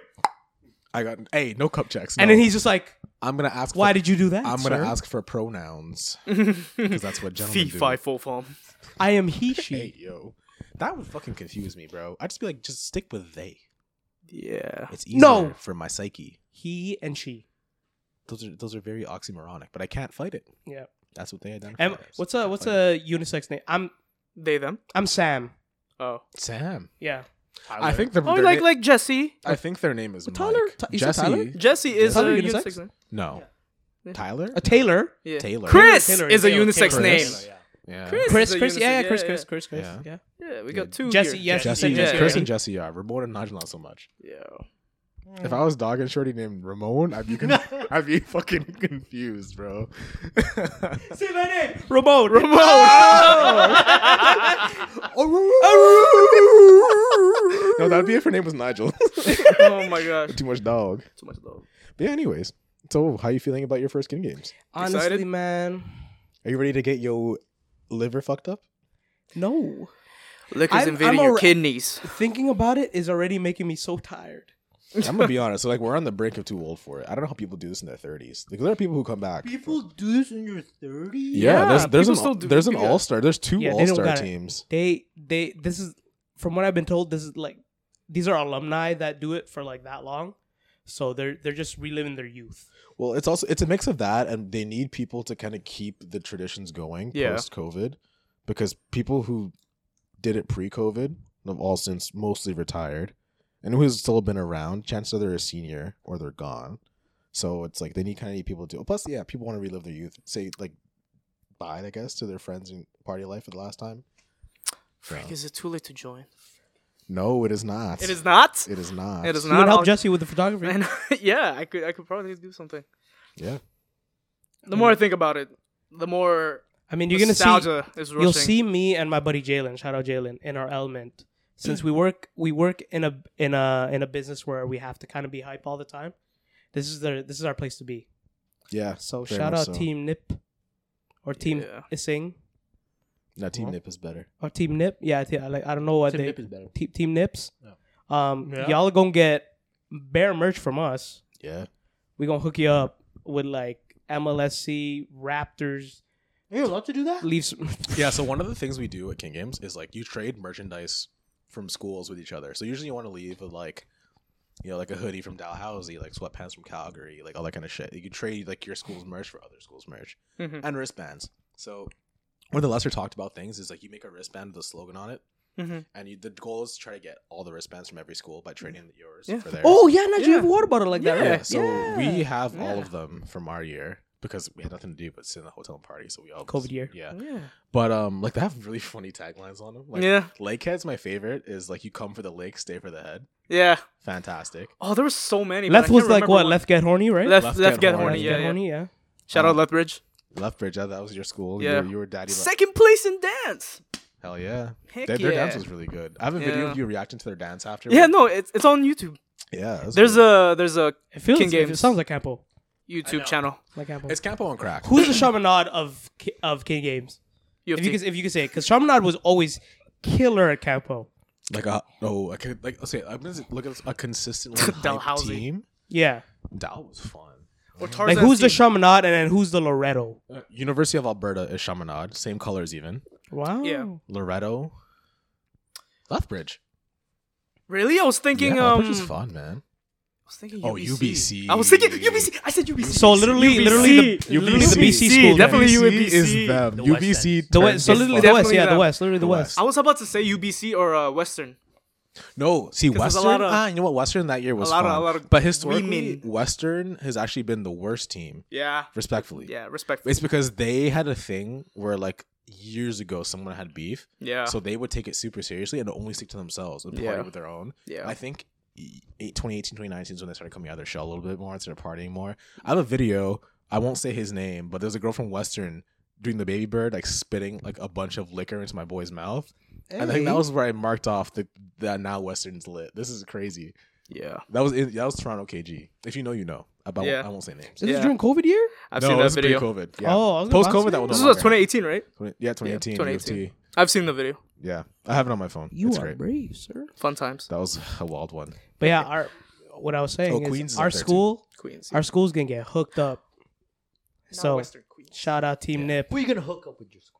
[SPEAKER 1] I got. Hey, no cup checks.
[SPEAKER 2] and
[SPEAKER 1] no.
[SPEAKER 2] then he's just like,
[SPEAKER 1] I'm gonna ask.
[SPEAKER 2] "Why
[SPEAKER 1] for,
[SPEAKER 2] did you do that?"
[SPEAKER 1] I'm gonna
[SPEAKER 2] sir?
[SPEAKER 1] ask for pronouns because that's
[SPEAKER 2] [LAUGHS]
[SPEAKER 1] what gentlemen
[SPEAKER 3] Fee
[SPEAKER 1] do.
[SPEAKER 3] fi full form.
[SPEAKER 2] I am [LAUGHS] he, she.
[SPEAKER 1] Hey, yo, that would fucking confuse me, bro. I'd just be like, just stick with they.
[SPEAKER 3] Yeah.
[SPEAKER 1] It's easier
[SPEAKER 2] No.
[SPEAKER 1] for my psyche.
[SPEAKER 2] He and she.
[SPEAKER 1] Those are those are very oxymoronic, but I can't fight it.
[SPEAKER 2] Yeah.
[SPEAKER 1] That's what they identify.
[SPEAKER 2] Am,
[SPEAKER 1] as.
[SPEAKER 2] what's a what's a unisex name? I'm
[SPEAKER 3] They them.
[SPEAKER 2] I'm Sam.
[SPEAKER 3] Oh.
[SPEAKER 1] Sam?
[SPEAKER 2] Yeah.
[SPEAKER 1] I think the
[SPEAKER 3] Oh, like like Jesse.
[SPEAKER 1] I think their name is
[SPEAKER 2] Tyler-
[SPEAKER 1] Mike.
[SPEAKER 2] Ty- you said Tyler?
[SPEAKER 3] Jesse is
[SPEAKER 2] Tyler
[SPEAKER 3] a
[SPEAKER 2] unisex?
[SPEAKER 3] unisex, name.
[SPEAKER 1] No.
[SPEAKER 3] Yeah.
[SPEAKER 1] Tyler?
[SPEAKER 2] A Taylor.
[SPEAKER 3] Yeah.
[SPEAKER 1] Taylor.
[SPEAKER 3] Chris
[SPEAKER 2] Taylor,
[SPEAKER 3] is a
[SPEAKER 2] Taylor,
[SPEAKER 3] unisex
[SPEAKER 1] Taylor.
[SPEAKER 3] name.
[SPEAKER 1] Chris. Yeah.
[SPEAKER 2] [LAUGHS] Chris.
[SPEAKER 3] is a
[SPEAKER 2] Chris. Yeah,
[SPEAKER 3] unisex-
[SPEAKER 2] yeah. Chris.
[SPEAKER 3] yeah,
[SPEAKER 2] Chris. Chris. Chris.
[SPEAKER 1] Yeah.
[SPEAKER 2] Yeah.
[SPEAKER 3] Yeah, we
[SPEAKER 1] Dude.
[SPEAKER 3] got two.
[SPEAKER 2] Jesse,
[SPEAKER 3] here.
[SPEAKER 2] yes, you
[SPEAKER 1] Jesse,
[SPEAKER 2] said Jesse
[SPEAKER 1] Chris
[SPEAKER 2] already.
[SPEAKER 1] and Jesse are. We're born in Nigel not so much.
[SPEAKER 3] Yeah.
[SPEAKER 1] If I was dog and shorty named Ramon, [LAUGHS] I'd be con- I'd be fucking confused, [LAUGHS] bro.
[SPEAKER 2] Say my name. Ramon. Ramon.
[SPEAKER 1] no, that'd be if her name was Nigel.
[SPEAKER 3] [LAUGHS]
[SPEAKER 1] [LAUGHS]
[SPEAKER 3] Oh my gosh.
[SPEAKER 1] Too much dog.
[SPEAKER 3] Too much love.
[SPEAKER 1] But yeah, anyways. So how you feeling about your first skin games?
[SPEAKER 2] Honestly,
[SPEAKER 3] Excited?
[SPEAKER 2] man.
[SPEAKER 1] Are you ready to get your liver fucked up?
[SPEAKER 2] No.
[SPEAKER 3] Liquor's
[SPEAKER 2] I'm-
[SPEAKER 3] invading
[SPEAKER 2] I'm
[SPEAKER 3] your
[SPEAKER 2] alre-
[SPEAKER 3] kidneys.
[SPEAKER 2] Thinking about it is already making me so tired.
[SPEAKER 1] I'm gonna be honest. So like we're on the brink of too old for it. I don't know how people do this in their thirties. Like there are people who come back.
[SPEAKER 4] People do this in your thirties.
[SPEAKER 1] Yeah,
[SPEAKER 3] Yeah,
[SPEAKER 1] there's there's
[SPEAKER 3] people
[SPEAKER 1] an
[SPEAKER 3] still do-
[SPEAKER 1] there's an
[SPEAKER 3] yeah.
[SPEAKER 1] all star. There's two
[SPEAKER 2] Yeah, they
[SPEAKER 1] all
[SPEAKER 2] don't
[SPEAKER 1] star
[SPEAKER 2] gotta-
[SPEAKER 1] teams.
[SPEAKER 2] They they this is from what I've been told. This is like these are alumni that do it for like that long, so they're they're just reliving their youth.
[SPEAKER 1] Well, it's also it's a mix of that, and they need people to kind of keep the traditions going
[SPEAKER 3] Yeah.
[SPEAKER 1] post COVID, because people who did it pre COVID have all since mostly retired, and who's still been around. Chances are they're a senior or they're gone. So it's like they need kind of need people to. Plus, yeah, people want to relive their youth. Say like, bye, I guess, to their friends and party life for the last time.
[SPEAKER 3] Frick, is it too late to join?
[SPEAKER 1] No, it is not.
[SPEAKER 3] It is not.
[SPEAKER 1] It is not.
[SPEAKER 3] It is
[SPEAKER 2] You would
[SPEAKER 3] not.
[SPEAKER 2] help
[SPEAKER 3] I'll-
[SPEAKER 2] Jesse with the photography.
[SPEAKER 3] And, [LAUGHS] yeah, I could. I could probably do something.
[SPEAKER 1] Yeah.
[SPEAKER 3] The more I think about it, the more
[SPEAKER 2] I mean, Mm-hmm. you're
[SPEAKER 3] you're
[SPEAKER 2] gonna see.
[SPEAKER 3] nostalgia is rushing.
[SPEAKER 2] You'll see me and my buddy Jalen. Shout out Jalen in our element. Since we work, we work in a in a in a business where we have to kind of be hype all the time. This is the this is our place to be.
[SPEAKER 1] Yeah.
[SPEAKER 2] So
[SPEAKER 1] Very
[SPEAKER 2] shout
[SPEAKER 1] much
[SPEAKER 2] out
[SPEAKER 1] so.
[SPEAKER 2] Team Nip, or Team
[SPEAKER 3] Yeah.
[SPEAKER 2] Ising,
[SPEAKER 1] Now, Team Nip is better.
[SPEAKER 2] or Team Nip. Yeah, I thi- I like I don't know what
[SPEAKER 5] Tim
[SPEAKER 2] they
[SPEAKER 5] Nip is better.
[SPEAKER 2] Team Team Nips. Um,
[SPEAKER 5] Yeah.
[SPEAKER 2] y'all gonna get bare merch from us.
[SPEAKER 1] Yeah.
[SPEAKER 2] We gonna hook you up with like MLSC Raptors
[SPEAKER 4] You're allowed to do
[SPEAKER 1] [LAUGHS]
[SPEAKER 4] that?
[SPEAKER 2] Leafs.
[SPEAKER 1] Yeah. So one of the things we do at King Games is like you trade merchandise from schools with each other. So usually you want to leave with like, you know, like a hoodie from Dalhousie, like sweatpants from Calgary, like all that kind of shit. You could trade like your school's merch for other schools' merch
[SPEAKER 3] Mhm.
[SPEAKER 1] and wristbands. So one of the lesser talked about things is like you make a wristband with a slogan on it,
[SPEAKER 3] Mhm.
[SPEAKER 1] and you, the goal is to try to get all the wristbands from every school by trading yours
[SPEAKER 3] Yeah.
[SPEAKER 1] for theirs.
[SPEAKER 2] Oh yeah, not you
[SPEAKER 3] Yeah.
[SPEAKER 2] have a water bottle like that,
[SPEAKER 3] Yeah.
[SPEAKER 1] Yeah,
[SPEAKER 2] right?
[SPEAKER 1] so we have all
[SPEAKER 3] Yeah.
[SPEAKER 1] of them from our year because we had nothing to do but sit in the hotel and party. So we all
[SPEAKER 2] COVID year.
[SPEAKER 1] Yeah,
[SPEAKER 3] Yeah.
[SPEAKER 1] but um, like they have really funny taglines on them. Like,
[SPEAKER 3] yeah.
[SPEAKER 1] Lakehead's my favorite. Is like you come for the lake, stay for the head.
[SPEAKER 3] Yeah.
[SPEAKER 1] Fantastic.
[SPEAKER 3] Oh, there were so many. but I
[SPEAKER 2] Left
[SPEAKER 3] can't
[SPEAKER 2] was like
[SPEAKER 3] remember
[SPEAKER 2] what?
[SPEAKER 3] one.
[SPEAKER 2] Left get horny, right?
[SPEAKER 3] Left,
[SPEAKER 1] Left
[SPEAKER 3] left,
[SPEAKER 1] Get
[SPEAKER 3] get
[SPEAKER 1] Horny, yeah,
[SPEAKER 3] horny. Yeah,
[SPEAKER 2] get
[SPEAKER 3] yeah.
[SPEAKER 2] horny, Uh-huh. yeah.
[SPEAKER 3] Shout out Lethbridge.
[SPEAKER 1] Lethbridge, that that was your school.
[SPEAKER 3] Yeah.
[SPEAKER 1] you, you were daddy. Leth-
[SPEAKER 3] Second place in dance.
[SPEAKER 1] Hell yeah.
[SPEAKER 3] Heck
[SPEAKER 1] Their,
[SPEAKER 3] yeah.
[SPEAKER 1] their dance was really good. I have a video
[SPEAKER 3] Yeah.
[SPEAKER 1] of you reacting to their dance after.
[SPEAKER 3] yeah, no, it's it's on YouTube.
[SPEAKER 1] yeah. that was
[SPEAKER 3] There's
[SPEAKER 1] good.
[SPEAKER 3] a there's a
[SPEAKER 2] It feels
[SPEAKER 3] King
[SPEAKER 2] it,
[SPEAKER 3] Games.
[SPEAKER 2] sounds like Campo.
[SPEAKER 3] YouTube channel.
[SPEAKER 2] Like Campo.
[SPEAKER 1] It's Campo on crack.
[SPEAKER 2] Who's the Chaminade of Ki- of King Games?
[SPEAKER 3] You
[SPEAKER 2] If you could, if you could say it, because Chaminade was always killer at Campo.
[SPEAKER 1] Like a oh, I could like okay. I'm gonna look at a consistently hype
[SPEAKER 3] [LAUGHS] Dalhousie.
[SPEAKER 1] team.
[SPEAKER 2] Yeah,
[SPEAKER 1] That was fun.
[SPEAKER 3] or
[SPEAKER 2] like
[SPEAKER 3] Tarzan's
[SPEAKER 2] who's the
[SPEAKER 3] team.
[SPEAKER 2] Chaminade and then who's the Loretto?
[SPEAKER 1] Uh, University of Alberta is Chaminade, same colors even.
[SPEAKER 2] Wow.
[SPEAKER 3] Yeah.
[SPEAKER 1] Loretto, Lethbridge.
[SPEAKER 3] Really? I was thinking
[SPEAKER 1] yeah,
[SPEAKER 3] um
[SPEAKER 1] Lethbridge is fun, man.
[SPEAKER 3] I was thinking
[SPEAKER 1] Oh,
[SPEAKER 3] UBC.
[SPEAKER 1] UBC.
[SPEAKER 3] I was thinking UBC. I said UBC.
[SPEAKER 2] So literally, literally the
[SPEAKER 1] UBC.
[SPEAKER 2] literally the BC
[SPEAKER 3] UBC,
[SPEAKER 2] school.
[SPEAKER 3] definitely.
[SPEAKER 2] Definitely.
[SPEAKER 3] UBC
[SPEAKER 1] is them.
[SPEAKER 4] The West
[SPEAKER 1] UBC.
[SPEAKER 4] End.
[SPEAKER 2] The
[SPEAKER 1] turned
[SPEAKER 2] West, so
[SPEAKER 1] it
[SPEAKER 2] literally
[SPEAKER 1] fun.
[SPEAKER 2] the West,
[SPEAKER 3] Definitely
[SPEAKER 2] yeah, the
[SPEAKER 3] that.
[SPEAKER 2] West, literally the
[SPEAKER 1] The
[SPEAKER 2] West.
[SPEAKER 1] West.
[SPEAKER 3] I was about to say UBC or uh, Western.
[SPEAKER 1] No, see,
[SPEAKER 3] 'Cause there's a
[SPEAKER 1] Western.
[SPEAKER 3] lot of-
[SPEAKER 1] ah, you know what? Western that year was
[SPEAKER 3] lot of-
[SPEAKER 1] fun.
[SPEAKER 3] a lot of
[SPEAKER 1] but historically,
[SPEAKER 3] women.
[SPEAKER 1] Western has actually been the worst team,
[SPEAKER 3] Yeah.
[SPEAKER 1] respectfully.
[SPEAKER 3] Yeah, respectfully.
[SPEAKER 1] It's because they had a thing where like years ago someone had beef,
[SPEAKER 3] yeah.
[SPEAKER 1] so they would take it super seriously and only stick to themselves and party
[SPEAKER 3] Yeah.
[SPEAKER 1] with their own.
[SPEAKER 3] yeah.
[SPEAKER 1] I think e- eight- 2018, 2019 is when they started coming out of their shell a little bit more and started partying more. I have a video. I won't say his name, but there's a girl from Western doing the baby bird, like spitting like a bunch of liquor into my boy's mouth. And I think that was where I marked off that that now Western's lit. This is crazy.
[SPEAKER 3] yeah.
[SPEAKER 1] That was in, that was Toronto KG. If you know, you know. About
[SPEAKER 3] Yeah.
[SPEAKER 1] I won't say names.
[SPEAKER 2] This is
[SPEAKER 3] Yeah.
[SPEAKER 2] during COVID year.
[SPEAKER 3] I've
[SPEAKER 1] no,
[SPEAKER 3] seen
[SPEAKER 1] it
[SPEAKER 3] that
[SPEAKER 1] was
[SPEAKER 3] video.
[SPEAKER 1] pre-COVID. Yeah.
[SPEAKER 2] Oh, I was gonna
[SPEAKER 1] post-COVID,
[SPEAKER 2] ask
[SPEAKER 1] that
[SPEAKER 2] you.
[SPEAKER 1] was
[SPEAKER 3] This
[SPEAKER 1] no
[SPEAKER 3] was
[SPEAKER 1] longer.
[SPEAKER 3] 2018, right?
[SPEAKER 1] Twenty- yeah, 2018.
[SPEAKER 3] 2018.
[SPEAKER 1] 2018.
[SPEAKER 3] I've seen the video.
[SPEAKER 1] Yeah, I have it on my phone.
[SPEAKER 2] You
[SPEAKER 1] it's
[SPEAKER 2] are
[SPEAKER 1] great.
[SPEAKER 2] brave, sir.
[SPEAKER 3] Fun times.
[SPEAKER 1] That was a wild one.
[SPEAKER 2] But yeah, our what I was saying
[SPEAKER 1] Oh,
[SPEAKER 2] is
[SPEAKER 1] Queens is
[SPEAKER 2] our
[SPEAKER 1] up there, too.
[SPEAKER 2] school,
[SPEAKER 3] Queens.
[SPEAKER 2] our school's gonna get hooked up.
[SPEAKER 3] Not
[SPEAKER 2] so
[SPEAKER 3] Western Queens.
[SPEAKER 2] shout out Team Nip.
[SPEAKER 4] Who are you going to hook up with your school?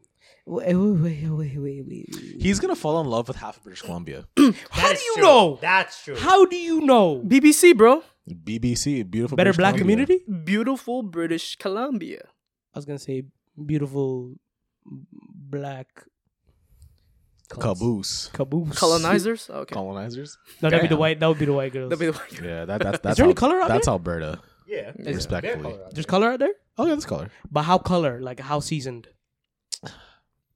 [SPEAKER 2] Wait, wait, wait, wait, wait, wait.
[SPEAKER 1] He's gonna fall in love with half of British Columbia.
[SPEAKER 2] How
[SPEAKER 4] That
[SPEAKER 2] do
[SPEAKER 4] is
[SPEAKER 2] you
[SPEAKER 4] true.
[SPEAKER 2] know?
[SPEAKER 4] That's true.
[SPEAKER 2] How do you know?
[SPEAKER 3] BBC, bro.
[SPEAKER 1] BBC, beautiful.
[SPEAKER 2] Better
[SPEAKER 1] British
[SPEAKER 2] black
[SPEAKER 1] Columbia.
[SPEAKER 2] community.
[SPEAKER 3] Beautiful British Columbia.
[SPEAKER 2] I was gonna say beautiful black
[SPEAKER 1] Caboose.
[SPEAKER 2] caboose.
[SPEAKER 3] Colonizers? Okay.
[SPEAKER 1] Colonizers.
[SPEAKER 2] No, that'd be the
[SPEAKER 1] Damn.
[SPEAKER 2] white. That would be the white girls.
[SPEAKER 3] That'd be the way.
[SPEAKER 1] Yeah, that, that's that's
[SPEAKER 2] there any
[SPEAKER 1] Al-
[SPEAKER 2] color out
[SPEAKER 1] That's Alberta,
[SPEAKER 4] Yeah.
[SPEAKER 1] respectfully.
[SPEAKER 2] There's color out there,
[SPEAKER 1] Oh yeah, that's color.
[SPEAKER 2] but how color? Like how seasoned?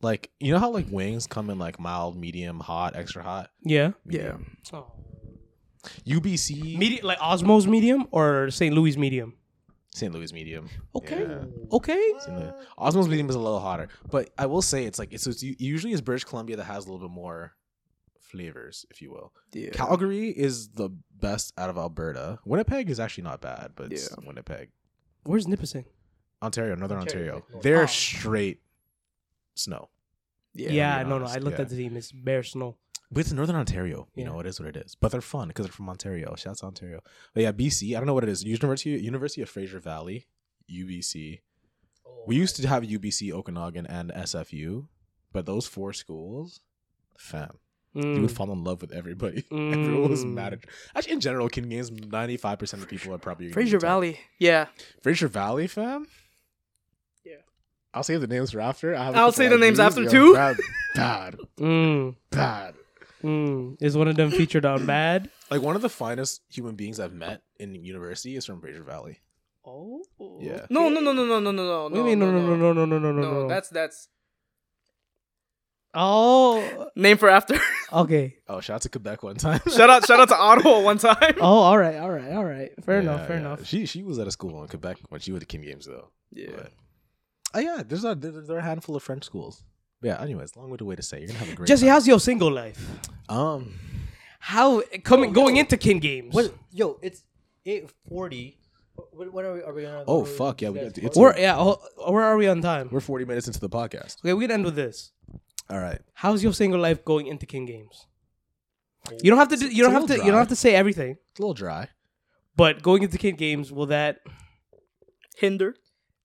[SPEAKER 1] Like you know how like wings come in like mild, medium, hot, extra hot.
[SPEAKER 2] Yeah.
[SPEAKER 3] Yeah.
[SPEAKER 2] Oh.
[SPEAKER 1] UBC,
[SPEAKER 2] Medium, like Osmos medium or St. Louis medium.
[SPEAKER 1] St. Louis medium.
[SPEAKER 2] Okay.
[SPEAKER 1] Yeah.
[SPEAKER 2] Okay.
[SPEAKER 1] St. Louis. Osmos medium is a little hotter, but I will say it's like it's, it's usually is British Columbia that has a little bit more flavors, if you will.
[SPEAKER 3] Yeah.
[SPEAKER 1] Calgary is the best out of Alberta. Winnipeg is actually not bad, but it's Winnipeg.
[SPEAKER 2] Where's Nipissing?
[SPEAKER 1] Ontario, Northern
[SPEAKER 4] Ontario,
[SPEAKER 1] Ontario.
[SPEAKER 4] like north.
[SPEAKER 1] They're
[SPEAKER 2] Oh.
[SPEAKER 1] straight snow.
[SPEAKER 2] Yeah.
[SPEAKER 3] Yeah.
[SPEAKER 2] no, no.
[SPEAKER 1] honest,
[SPEAKER 2] I looked
[SPEAKER 1] yeah.
[SPEAKER 2] at the team. It's bare snow.
[SPEAKER 1] But it's Northern Ontario. You
[SPEAKER 2] Yeah.
[SPEAKER 1] know, it is what it is. But they're fun because they're from Ontario. Shouts to Ontario. But yeah, BC. I don't know what it is. University University of Fraser Valley, UBC.
[SPEAKER 4] Oh.
[SPEAKER 1] We used to have UBC, Okanagan, and SFU, but those four schools, fam, you would
[SPEAKER 2] Mm.
[SPEAKER 1] fall in love with everybody. [LAUGHS] Everyone was
[SPEAKER 2] Mm.
[SPEAKER 1] mad at. Actually, in general, King Games, ninety five percent of people are probably gonna
[SPEAKER 3] Fraser
[SPEAKER 1] be top.
[SPEAKER 3] Valley. Yeah.
[SPEAKER 1] Fraser Valley, fam.
[SPEAKER 3] Yeah.
[SPEAKER 1] I'll save the names for after. I have a
[SPEAKER 3] I'll
[SPEAKER 1] couple
[SPEAKER 3] say the names
[SPEAKER 1] ideas.
[SPEAKER 3] after
[SPEAKER 1] Yo,
[SPEAKER 3] too.
[SPEAKER 1] that- Bad,
[SPEAKER 2] Mm.
[SPEAKER 1] bad.
[SPEAKER 2] Mm, is one of them featured on Mad?
[SPEAKER 1] Like one of the finest human beings I've met in university is from Fraser Valley.
[SPEAKER 2] Oh.
[SPEAKER 1] Yeah.
[SPEAKER 3] No, no, no, no, no, no, no, no.
[SPEAKER 2] What do you mean? No, no, no, no, no, no, no, no.
[SPEAKER 3] No, that's that's
[SPEAKER 2] oh.
[SPEAKER 3] name for after. [LAUGHS]
[SPEAKER 2] Okay.
[SPEAKER 1] Oh, shout out to Quebec one time.
[SPEAKER 3] shout out, shout out to Ottawa one time.
[SPEAKER 2] Oh, all right, all right, all right. Fair
[SPEAKER 1] Yeah,
[SPEAKER 2] enough. Fair
[SPEAKER 1] yeah.
[SPEAKER 2] enough.
[SPEAKER 1] She she was at a school in Quebec when she went to Kim Games though.
[SPEAKER 3] Yeah.
[SPEAKER 1] But- oh yeah, there's a there, there are a handful of French schools. But yeah. Anyways, long way to wait to say you're gonna have a great.
[SPEAKER 2] Jesse,
[SPEAKER 1] time.
[SPEAKER 2] how's your single life?
[SPEAKER 1] um
[SPEAKER 2] How coming going into Kin Games?
[SPEAKER 4] What? Yo, it's eight forty. What, what are we? Are we gonna?
[SPEAKER 1] Oh,
[SPEAKER 4] what are we-
[SPEAKER 1] fuck, yeah,
[SPEAKER 4] you
[SPEAKER 1] we
[SPEAKER 4] guys
[SPEAKER 1] got- it's-
[SPEAKER 4] vote?
[SPEAKER 2] We're yeah. Oh, where are we on time?
[SPEAKER 1] we're 40 minutes into the podcast.
[SPEAKER 2] Okay, we can end with this.
[SPEAKER 1] All right.
[SPEAKER 2] How's your single life going into King Games? You don't have to. Do, you don't
[SPEAKER 1] a
[SPEAKER 2] have to.
[SPEAKER 1] little
[SPEAKER 2] You don't
[SPEAKER 1] dry.
[SPEAKER 2] have to say everything.
[SPEAKER 1] It's a little dry.
[SPEAKER 2] But going into King Games, will that?
[SPEAKER 3] Hinder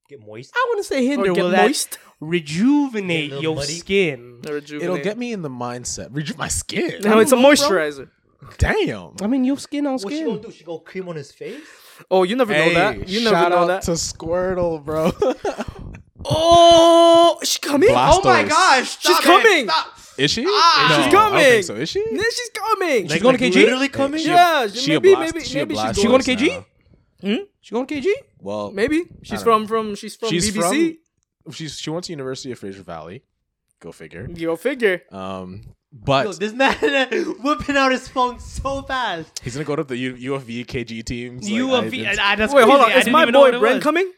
[SPEAKER 4] get moist.
[SPEAKER 2] I want to say hinder.
[SPEAKER 3] or get
[SPEAKER 2] Will that
[SPEAKER 3] moist.
[SPEAKER 2] rejuvenate
[SPEAKER 4] Get a little
[SPEAKER 2] your
[SPEAKER 4] muddy.
[SPEAKER 2] skin?
[SPEAKER 3] Or rejuvenate.
[SPEAKER 1] It'll get me in the mindset. Reju- my skin.
[SPEAKER 3] No, it's a
[SPEAKER 2] Bro.
[SPEAKER 3] moisturizer.
[SPEAKER 1] [LAUGHS] Damn.
[SPEAKER 2] I mean, your skin on
[SPEAKER 4] What she gonna
[SPEAKER 2] skin.
[SPEAKER 4] do? She gonna cream on his face?
[SPEAKER 3] Oh, you never know
[SPEAKER 1] Hey,
[SPEAKER 3] that. You never
[SPEAKER 1] shout
[SPEAKER 3] know
[SPEAKER 1] out
[SPEAKER 3] that.
[SPEAKER 1] to Squirtle, bro.
[SPEAKER 3] [LAUGHS] oh, she's coming.
[SPEAKER 1] Blast-
[SPEAKER 3] Oh my
[SPEAKER 1] Blastoise.
[SPEAKER 3] gosh, she's coming.
[SPEAKER 1] Is she?
[SPEAKER 3] Ah,
[SPEAKER 1] No,
[SPEAKER 3] she's
[SPEAKER 1] I don't think
[SPEAKER 3] coming.
[SPEAKER 1] so. Is she?
[SPEAKER 3] Yeah, she's coming.
[SPEAKER 2] She's going to KG.
[SPEAKER 4] Literally coming.
[SPEAKER 1] She a-
[SPEAKER 3] yeah,
[SPEAKER 1] she a
[SPEAKER 3] maybe,
[SPEAKER 1] blast-
[SPEAKER 3] maybe,
[SPEAKER 1] she a
[SPEAKER 3] maybe she's
[SPEAKER 1] blast-
[SPEAKER 2] She
[SPEAKER 3] going.
[SPEAKER 2] going to KG?
[SPEAKER 3] Hmm?
[SPEAKER 2] She going to KG?
[SPEAKER 1] Well,
[SPEAKER 3] Maybe she's from from she's from
[SPEAKER 1] she's
[SPEAKER 3] BBC.
[SPEAKER 1] from. She's she went to University of Fraser Valley. Go figure.
[SPEAKER 3] Go figure.
[SPEAKER 1] Um, but
[SPEAKER 4] Yo, this man [LAUGHS] whipping out his phone so fast.
[SPEAKER 1] he's gonna go to the U- UFV KG teams. like,
[SPEAKER 2] You
[SPEAKER 1] I
[SPEAKER 2] a V.
[SPEAKER 1] didn't-
[SPEAKER 2] ah, that's
[SPEAKER 3] Wait, hold
[SPEAKER 2] crazy.
[SPEAKER 3] on.
[SPEAKER 2] I
[SPEAKER 3] Is
[SPEAKER 2] didn't
[SPEAKER 3] my
[SPEAKER 2] even know what
[SPEAKER 3] boy
[SPEAKER 2] it
[SPEAKER 3] Bren
[SPEAKER 2] was.
[SPEAKER 3] coming?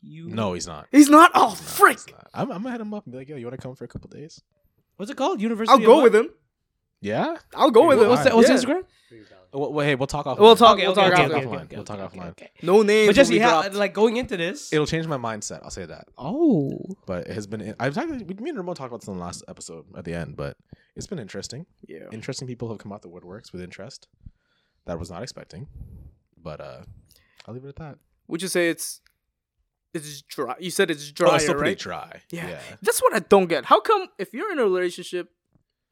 [SPEAKER 2] You-
[SPEAKER 1] no, he's not.
[SPEAKER 3] He's not. Oh, frick!
[SPEAKER 1] I'm, I'm gonna hit him up and be like, "Yo, you want to come for a couple days?"
[SPEAKER 2] What's it called? University.
[SPEAKER 3] I'll
[SPEAKER 2] of
[SPEAKER 3] go
[SPEAKER 2] what?
[SPEAKER 3] with him.
[SPEAKER 1] Yeah.
[SPEAKER 3] I'll go with him.
[SPEAKER 2] What's that? What's
[SPEAKER 3] Yeah.
[SPEAKER 2] Instagram?
[SPEAKER 1] Well, well, hey, we'll talk offline.
[SPEAKER 3] We'll talk.
[SPEAKER 2] Okay,
[SPEAKER 3] we'll
[SPEAKER 2] okay,
[SPEAKER 3] talk
[SPEAKER 2] okay,
[SPEAKER 3] offline.
[SPEAKER 2] okay,
[SPEAKER 1] Offline.
[SPEAKER 2] okay,
[SPEAKER 1] We'll talk
[SPEAKER 2] okay,
[SPEAKER 1] offline.
[SPEAKER 2] okay.
[SPEAKER 3] No names.
[SPEAKER 2] But Jesse,
[SPEAKER 3] will be
[SPEAKER 2] how,
[SPEAKER 3] dropped.
[SPEAKER 2] like going into this.
[SPEAKER 1] It'll change my mindset. I'll say that.
[SPEAKER 2] Oh.
[SPEAKER 1] But it has been. I've talked. Me and Ramon talked about this in the last episode at the end, but it's been interesting.
[SPEAKER 3] yeah.
[SPEAKER 1] Interesting people have come out the woodworks with interest that I was not expecting. But uh I'll leave it at that.
[SPEAKER 3] Would you say it's it's dry? You said it's
[SPEAKER 1] Oh,
[SPEAKER 3] dry,
[SPEAKER 1] it's still pretty
[SPEAKER 3] right?
[SPEAKER 1] dry.
[SPEAKER 3] Yeah. That's what I don't get. How come if you're in a relationship,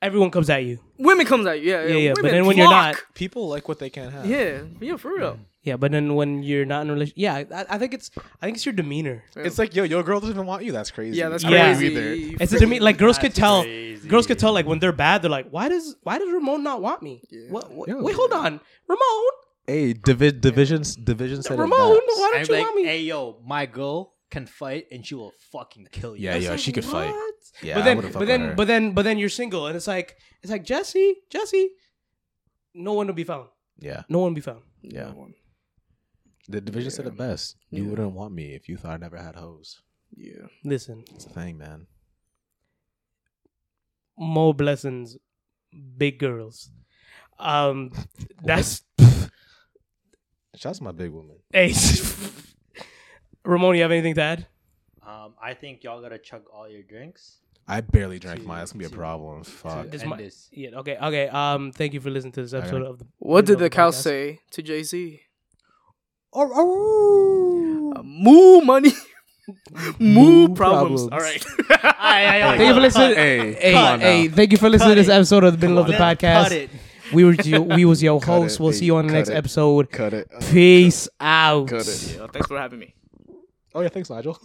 [SPEAKER 2] Everyone comes at you.
[SPEAKER 3] women comes at you? Yeah,
[SPEAKER 2] Yeah, yeah, but
[SPEAKER 3] women
[SPEAKER 2] then when you're not-
[SPEAKER 3] flock.
[SPEAKER 1] People like what they can't have.
[SPEAKER 3] yeah, yeah, for real.
[SPEAKER 2] Yeah, but then when you're not in a relationship, yeah, I, I think it's I think it's your demeanor.
[SPEAKER 1] It's like, yo, your girl doesn't even want you. That's crazy.
[SPEAKER 3] Yeah, that's
[SPEAKER 1] You
[SPEAKER 2] crazy.
[SPEAKER 1] don't
[SPEAKER 2] Yeah.
[SPEAKER 1] even either.
[SPEAKER 3] crazy.
[SPEAKER 2] It's a deme- like girls could
[SPEAKER 4] That's
[SPEAKER 2] tell
[SPEAKER 4] crazy.
[SPEAKER 2] girls could tell like when they're bad, they're like, why does why does Ramon not want me?
[SPEAKER 3] Yeah.
[SPEAKER 2] What, what-
[SPEAKER 1] Yeah.
[SPEAKER 2] wait, hold on, Ramon,
[SPEAKER 1] Hey, divi- division, division said it
[SPEAKER 2] Ramon,
[SPEAKER 1] best.
[SPEAKER 2] why
[SPEAKER 5] I'm
[SPEAKER 2] don't you
[SPEAKER 5] like,
[SPEAKER 2] want me?
[SPEAKER 5] hey yo, my girl can fight and she will fucking kill you.
[SPEAKER 1] Yeah,
[SPEAKER 2] It's
[SPEAKER 1] yeah,
[SPEAKER 2] like,
[SPEAKER 1] she could fight.
[SPEAKER 2] what?
[SPEAKER 1] Yeah,
[SPEAKER 2] but
[SPEAKER 1] I
[SPEAKER 2] then
[SPEAKER 1] would've
[SPEAKER 2] but
[SPEAKER 1] fucked
[SPEAKER 2] then
[SPEAKER 1] with her.
[SPEAKER 2] but then but then you're single, and it's like it's like Jesse, Jesse, no one to be found,
[SPEAKER 1] yeah,
[SPEAKER 2] no one to be found.
[SPEAKER 1] yeah. The division said it best. You wouldn't want me if you thought I never had hoes.
[SPEAKER 3] Yeah.
[SPEAKER 2] Listen,
[SPEAKER 1] It's a thing, man.
[SPEAKER 2] more blessings, big girls.
[SPEAKER 1] [LAUGHS]
[SPEAKER 2] Um, that's
[SPEAKER 1] Shout out to my big woman.
[SPEAKER 2] hey, [LAUGHS] Ramon, you have anything to add?
[SPEAKER 4] Um, I think y'all gotta chug all your drinks.
[SPEAKER 1] I barely drank
[SPEAKER 4] Two,
[SPEAKER 1] mine. That's gonna be a
[SPEAKER 4] two,
[SPEAKER 1] problem. Fuck.
[SPEAKER 4] This
[SPEAKER 2] This might-
[SPEAKER 4] this.
[SPEAKER 2] Yeah. Okay. Okay. Um. Thank you for listening to this episode of the.
[SPEAKER 3] What did
[SPEAKER 2] Love
[SPEAKER 3] the cow
[SPEAKER 2] podcast.
[SPEAKER 3] say to Jay Z?
[SPEAKER 2] Oh,
[SPEAKER 3] Uh, moo money, [LAUGHS] moo, problems. All right.
[SPEAKER 2] Thank you for listening. Hey, hey, thank you for listening to this
[SPEAKER 4] it.
[SPEAKER 2] episode of the Middle of the
[SPEAKER 4] Let's
[SPEAKER 2] Podcast.
[SPEAKER 4] cut it.
[SPEAKER 2] We were you, we was your host.
[SPEAKER 1] it,
[SPEAKER 2] we'll
[SPEAKER 1] hey,
[SPEAKER 2] see you on the
[SPEAKER 1] cut
[SPEAKER 2] next
[SPEAKER 1] it.
[SPEAKER 2] episode.
[SPEAKER 1] Cut it.
[SPEAKER 2] Peace out.
[SPEAKER 1] Cut it.
[SPEAKER 3] Yeah, thanks for having me.
[SPEAKER 1] Oh yeah, thanks, Nigel.